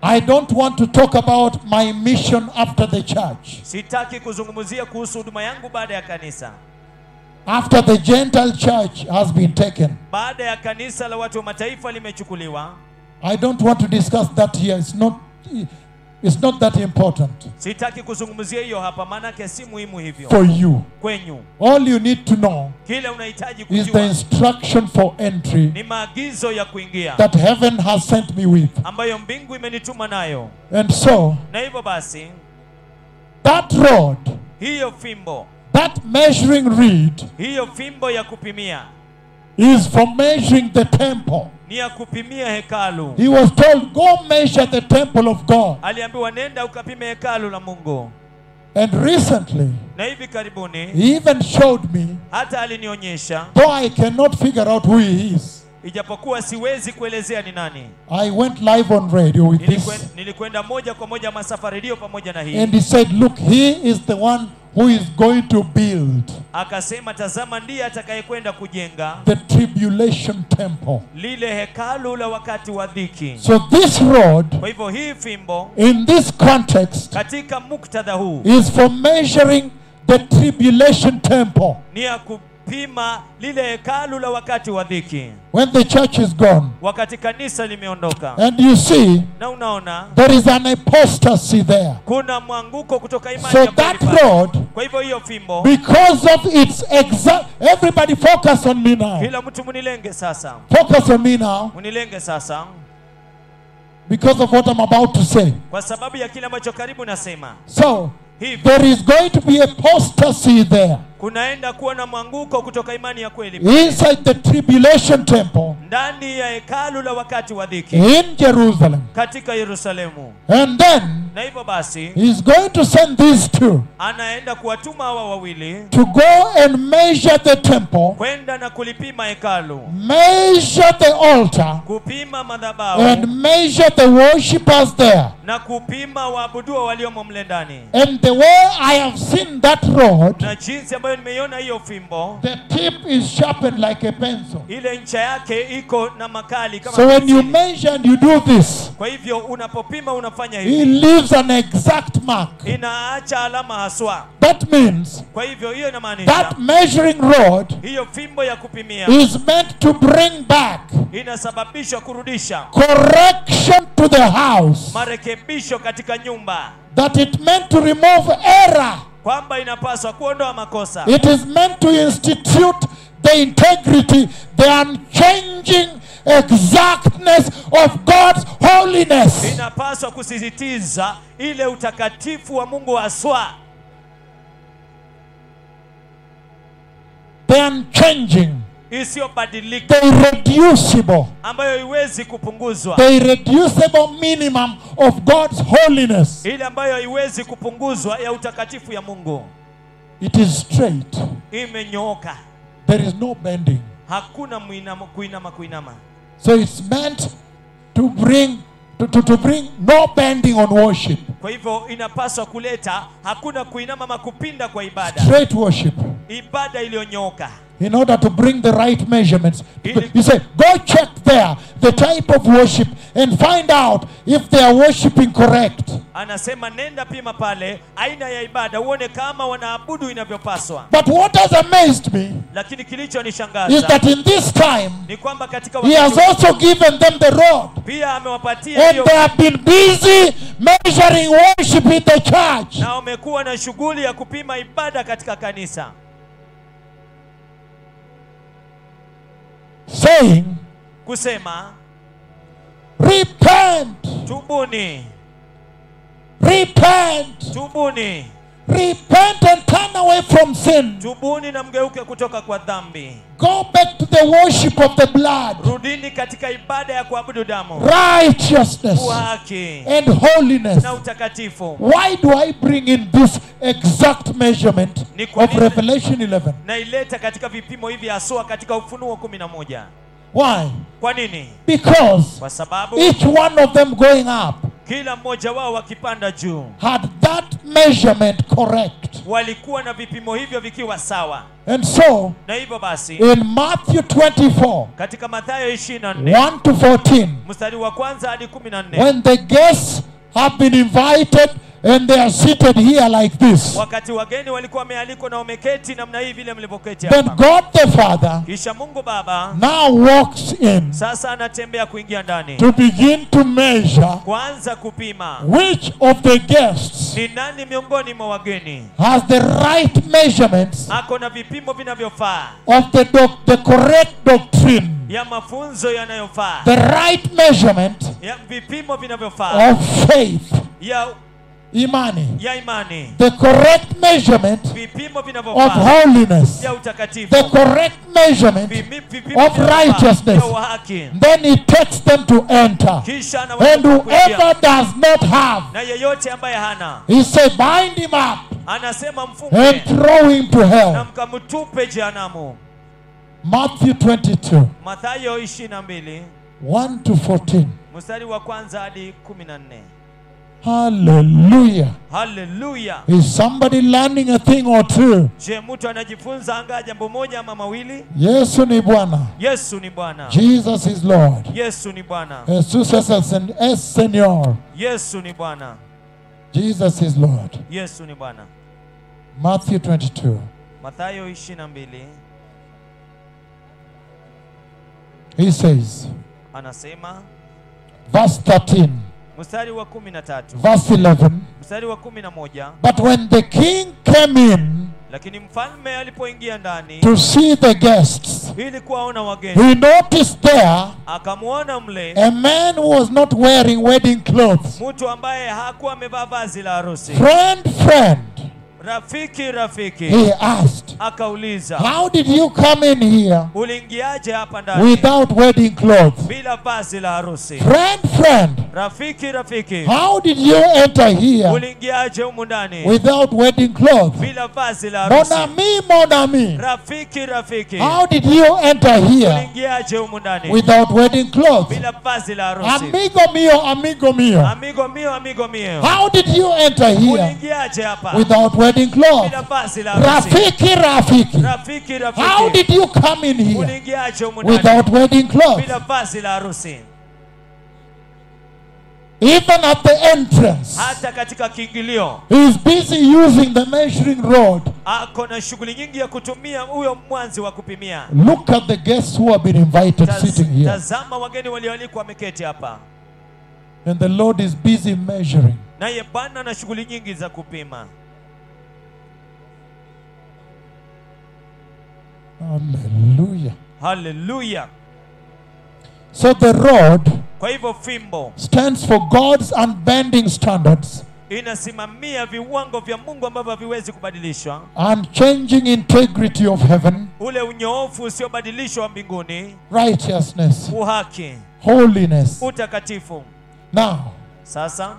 Speaker 1: I don't want to talk about my mission after the church,
Speaker 2: sitaki kuzungumzia kuhusu huduma yangu baada ya kanisa
Speaker 1: after the Gentile church has been taken.
Speaker 2: baada ya kanisa la watu wa mataifa limechukuliwa
Speaker 1: I don't want to discuss that here. It's not, it's not that important
Speaker 2: sitaki kuzungumzia hiyo hapa maanake si muhimu hivyo
Speaker 1: for you.
Speaker 2: kwenyu
Speaker 1: All you need to know
Speaker 2: kile unahitaji
Speaker 1: is the
Speaker 2: kujua
Speaker 1: instruction for entry
Speaker 2: ni maagizo ya kuingia
Speaker 1: that heaven has sent me with.
Speaker 2: ambayo mbingu imenituma nayo
Speaker 1: And so,
Speaker 2: na hivyo basi
Speaker 1: that rod,
Speaker 2: hiyo fimbo
Speaker 1: that measuring reed,
Speaker 2: hiyo fimbo ya kupimia
Speaker 1: is for measuring the temple.
Speaker 2: ni ya kupimia hekalu
Speaker 1: He was told, Go measure the temple of God.
Speaker 2: aliambiwa nenda ukapime hekalu la mungu
Speaker 1: And recently,
Speaker 2: na hivi karibuni
Speaker 1: he even showed me,
Speaker 2: hata alinionyesha
Speaker 1: though I cannot figure out who he is.
Speaker 2: ijapokuwa siwezi kuelezea ni nani
Speaker 1: I went live on radio with this.
Speaker 2: Nilikwen- nilikwenda moja kwa moja masafa redio pamoja na hii
Speaker 1: And he said, Look, he is the one who is going to build
Speaker 2: akasema tazama ndiye atakayekwenda kujenga
Speaker 1: the tribulation temple.
Speaker 2: lile hekalu la wakati wa dhiki
Speaker 1: So, this rod,
Speaker 2: kwa hivyo hii fimbo
Speaker 1: in this context,
Speaker 2: katika muktadha huu
Speaker 1: is for measuring the tribulation temple
Speaker 2: ni ya kupima lile hekalu la wakati wa dhiki
Speaker 1: when the church is gone.
Speaker 2: wakati kanisa limeondoka
Speaker 1: And you see,
Speaker 2: na unaona
Speaker 1: there is an apostasy there.
Speaker 2: kuna mwanguko kutoka imani
Speaker 1: So
Speaker 2: ya
Speaker 1: that
Speaker 2: kweli pale.
Speaker 1: road,
Speaker 2: kwa hivyo hiyo fimbo
Speaker 1: because of its exact, everybody focus on me now.
Speaker 2: kila mtu munilenge sasa
Speaker 1: Focus on me now
Speaker 2: munilenge sasa
Speaker 1: because of what I'm about to say.
Speaker 2: kwa sababu ya kile ambacho karibu nasema
Speaker 1: So
Speaker 2: hivi
Speaker 1: there is going to be apostasy there
Speaker 2: kunaenda kuwa na mwanguko kutoka imani ya kweli
Speaker 1: inside the tribulation temple
Speaker 2: ndani ya hekalu la wakati wa dhiki
Speaker 1: in Jerusalem.
Speaker 2: katika yerusalemu
Speaker 1: And then
Speaker 2: na hivyo basi
Speaker 1: he's going to send these two
Speaker 2: anaenda kuwatuma hawa wawili
Speaker 1: to go and measure the temple,
Speaker 2: kwenda na kulipima hekalu
Speaker 1: measure the altar,
Speaker 2: kupima madhabahu
Speaker 1: and measure the worshippers there.
Speaker 2: na kupima waabudua waliomo mle ndani
Speaker 1: And the way I have seen that rod,
Speaker 2: na jinsi ambayo nimeiona hiyo fimbo
Speaker 1: the tip is sharpened like a pencil.
Speaker 2: ile ncha yake iko na makali kama
Speaker 1: So when you
Speaker 2: penseli.
Speaker 1: measure and you do this,
Speaker 2: kwa hivyo unapopima unafanya
Speaker 1: it
Speaker 2: hivi
Speaker 1: leaves an exact mark.
Speaker 2: inaacha alama haswa
Speaker 1: That means
Speaker 2: kwa hivyo hiyo inamaanisha
Speaker 1: that measuring rod
Speaker 2: hiyo fimbo ya kupimia
Speaker 1: is meant to bring back
Speaker 2: inasababisha kurudisha
Speaker 1: correction to the house,
Speaker 2: marekebisho katika nyumba
Speaker 1: that it meant to remove error,
Speaker 2: kwamba inapaswa kuondoa makosa
Speaker 1: it is meant to institute the integrity, the unchanging exactness of God's holiness.
Speaker 2: inapaswa kusisitiza ile utakatifu wa mungu haswa
Speaker 1: The unchanging,
Speaker 2: isiyobadilika
Speaker 1: the irreducible.
Speaker 2: ambayo haiwezi kupunguzwa
Speaker 1: the irreducible minimum of God's holiness.
Speaker 2: ile ambayo haiwezi kupunguzwa ya utakatifu ya mungu
Speaker 1: It is straight.
Speaker 2: imenyooka
Speaker 1: There is no bending.
Speaker 2: hakuna muinamo, kuinama kuinama
Speaker 1: So it's meant to bring to, to, to bring no bending on worship.
Speaker 2: kwa hivyo inapaswa kuleta hakuna kuinama makupinda kwa ibada
Speaker 1: Straight worship.
Speaker 2: ibada iliyonyooka
Speaker 1: In order to bring the right measurements.
Speaker 2: Ili-
Speaker 1: You say, go check there the type of worship and find out if they are worshiping correct.
Speaker 2: anasema nenda pima pale aina ya ibada uone kama wanaabudu inavyopaswa
Speaker 1: But what has amazed me
Speaker 2: lakini
Speaker 1: is
Speaker 2: kilichonishangaza
Speaker 1: that in this time,
Speaker 2: ni kwamba katika
Speaker 1: he has
Speaker 2: wakati
Speaker 1: also given them the road.
Speaker 2: pia amewapatia
Speaker 1: And
Speaker 2: hiyo
Speaker 1: they have been busy measuring worship in the church.
Speaker 2: na wamekuwa na shughuli ya kupima ibada katika kanisa
Speaker 1: saying,
Speaker 2: kusema
Speaker 1: Repent,
Speaker 2: tubuni
Speaker 1: repent,
Speaker 2: tubuni
Speaker 1: repent and turn away from sin.
Speaker 2: tubuni na mgeuke kutoka kwa dhambi
Speaker 1: Go back to the worship of the blood,
Speaker 2: rudini katika ibada ya kuabudu damu
Speaker 1: righteousness,
Speaker 2: haki
Speaker 1: and holiness.
Speaker 2: na utakatifu
Speaker 1: Why do I bring in this exact measurement
Speaker 2: Ni kwa
Speaker 1: of
Speaker 2: nini-
Speaker 1: Revelation 11?
Speaker 2: naileta katika vipimo hivi haswa katika ufunuo kumi na moja
Speaker 1: Why?
Speaker 2: kwa nini
Speaker 1: Because
Speaker 2: kwa sababu
Speaker 1: each one of them going up
Speaker 2: kila mmoja wao wakipanda juu
Speaker 1: had that measurement correct.
Speaker 2: walikuwa na vipimo hivyo vikiwa sawa
Speaker 1: And so,
Speaker 2: na hivyo basi
Speaker 1: in Matthew 24,
Speaker 2: katika mathayo 24
Speaker 1: 1 to 14,
Speaker 2: mstari wa kwanza hadi 14
Speaker 1: when the guests have been invited and they are seated here like this,
Speaker 2: wakati wageni walikuwa wamealikwa na wameketi namna hii vile mlivyoketi
Speaker 1: then
Speaker 2: hapa
Speaker 1: God the Father
Speaker 2: kisha mungu baba
Speaker 1: now walks in
Speaker 2: sasa anatembea kuingia ndani
Speaker 1: to begin to measure
Speaker 2: kwanza kupima
Speaker 1: which of the guests
Speaker 2: ni nani miongoni mwa wageni
Speaker 1: has the right measurements
Speaker 2: ako na vipimo vinavyofaa
Speaker 1: of the, doc- the correct doctrine,
Speaker 2: ya mafunzo yanayofaa
Speaker 1: the right measurement
Speaker 2: ya vipimo vinavyofaa
Speaker 1: of faith,
Speaker 2: ya,
Speaker 1: imani,
Speaker 2: ya imani
Speaker 1: the correct measurement
Speaker 2: vipimo
Speaker 1: of
Speaker 2: vinavyofaa
Speaker 1: holiness,
Speaker 2: ya
Speaker 1: the
Speaker 2: utakatifu
Speaker 1: correct measurement.
Speaker 2: Vimi- vipimo
Speaker 1: of
Speaker 2: vinavyofaa
Speaker 1: righteousness.
Speaker 2: ya haki
Speaker 1: Then He takes them to enter.
Speaker 2: kisha
Speaker 1: And
Speaker 2: anawaweka kuingia.
Speaker 1: whoever does not have,
Speaker 2: na yeyote ambaye hana
Speaker 1: he said, bind him up
Speaker 2: anasema mfunge
Speaker 1: and throw him to
Speaker 2: na
Speaker 1: hell.
Speaker 2: mkamtupe jehanamu
Speaker 1: Matthew 22,
Speaker 2: mathayo 22
Speaker 1: 1 to 14.
Speaker 2: mstari wa kwanza hadi 14
Speaker 1: Hallelujah.
Speaker 2: haleluya
Speaker 1: Is somebody learning a thing or two?
Speaker 2: je mtu anajifunza angaa jambo moja ama mawili
Speaker 1: Yesu ni Bwana.
Speaker 2: yesu ni bwana
Speaker 1: Jesus is Lord.
Speaker 2: yesu ni bwana
Speaker 1: Jesus es el sen- es Señor.
Speaker 2: yesu ni bwana
Speaker 1: Jesus is Lord.
Speaker 2: yesu ni bwana
Speaker 1: Matthew 22.
Speaker 2: mathayo 22
Speaker 1: He says,
Speaker 2: anasema
Speaker 1: verse 13,
Speaker 2: mstari wa 13
Speaker 1: verse 11.
Speaker 2: mstari wa 11
Speaker 1: But when the king came in
Speaker 2: lakini mfalme alipoingia ndani
Speaker 1: to see the guests,
Speaker 2: ili kuwaona wageni
Speaker 1: he noticed there
Speaker 2: akamwona mle
Speaker 1: A man who was not wearing wedding clothes.
Speaker 2: mtu ambaye hakuwa amevaa vazi la harusi
Speaker 1: Friend, friend,
Speaker 2: rafiki rafiki
Speaker 1: he asked,
Speaker 2: akauliza
Speaker 1: How did you come in here
Speaker 2: uliingiaje hapa ndani
Speaker 1: without wedding clothes?
Speaker 2: bila vazi la harusi
Speaker 1: Friend, friend,
Speaker 2: rafiki rafiki
Speaker 1: how did you enter here
Speaker 2: uliingiaje humu ndani
Speaker 1: without wedding clothes?
Speaker 2: bila vazi la
Speaker 1: Mon
Speaker 2: harusi
Speaker 1: ami, mon ami,
Speaker 2: rafiki rafiki
Speaker 1: how did you enter here
Speaker 2: uliingiaje humu ndani
Speaker 1: without wedding clothes?
Speaker 2: bila vazi la harusi
Speaker 1: Amigo mio, amigo mio,
Speaker 2: amigo mio amigo mio
Speaker 1: how did you enter here
Speaker 2: uliingiaje hapa
Speaker 1: without wedding clothes?
Speaker 2: bila vazi la harusi
Speaker 1: Rafiki, Rafiki,
Speaker 2: rafiki
Speaker 1: how
Speaker 2: rafiki
Speaker 1: did you come in here?
Speaker 2: uliingiaje humu ndani
Speaker 1: without wedding clothes.
Speaker 2: bila vazi la harusi
Speaker 1: Even at the entrance,
Speaker 2: hata katika kiingilio
Speaker 1: he is busy using the measuring rod.
Speaker 2: ako na shughuli nyingi ya kutumia huyo mwanzi wa kupimia
Speaker 1: Look at the guests who have been invited
Speaker 2: Taz,
Speaker 1: sitting here.
Speaker 2: tazama wageni walioalikwa wameketi hapa
Speaker 1: And the Lord is busy measuring.
Speaker 2: naye bwana na shughuli nyingi za kupima
Speaker 1: Hallelujah.
Speaker 2: haleluya
Speaker 1: So the rod
Speaker 2: kwa hivyo fimbo
Speaker 1: stands for God's unbending standards,
Speaker 2: inasimamia viwango vya mungu ambavyo haviwezi kubadilishwa
Speaker 1: unchanging integrity of heaven,
Speaker 2: ule unyoofu usiobadilishwa wa mbinguni
Speaker 1: righteousness,
Speaker 2: uhaki
Speaker 1: holiness.
Speaker 2: utakatifu
Speaker 1: Now,
Speaker 2: sasa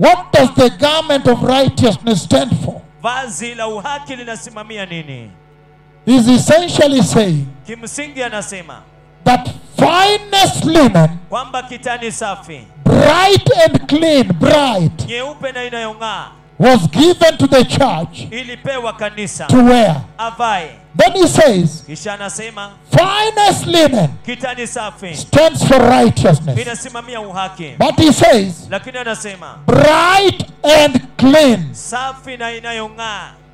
Speaker 1: what does the garment of righteousness stand for?
Speaker 2: vazi la uhaki linasimamia nini?
Speaker 1: He's essentially saying
Speaker 2: Kimsingi anasema
Speaker 1: that finest linen,
Speaker 2: kwamba kitani safi
Speaker 1: bright and clean, bright,
Speaker 2: nyeupe na inayong'aa
Speaker 1: was given to the church
Speaker 2: ilipewa kanisa
Speaker 1: to wear.
Speaker 2: avae.
Speaker 1: Then he says,
Speaker 2: Kisha anasema
Speaker 1: finest linen
Speaker 2: kitani safi
Speaker 1: stands for righteousness.
Speaker 2: inasimamia uhaki,
Speaker 1: But he says,
Speaker 2: lakini anasema
Speaker 1: bright and clean
Speaker 2: safi na inayong'aa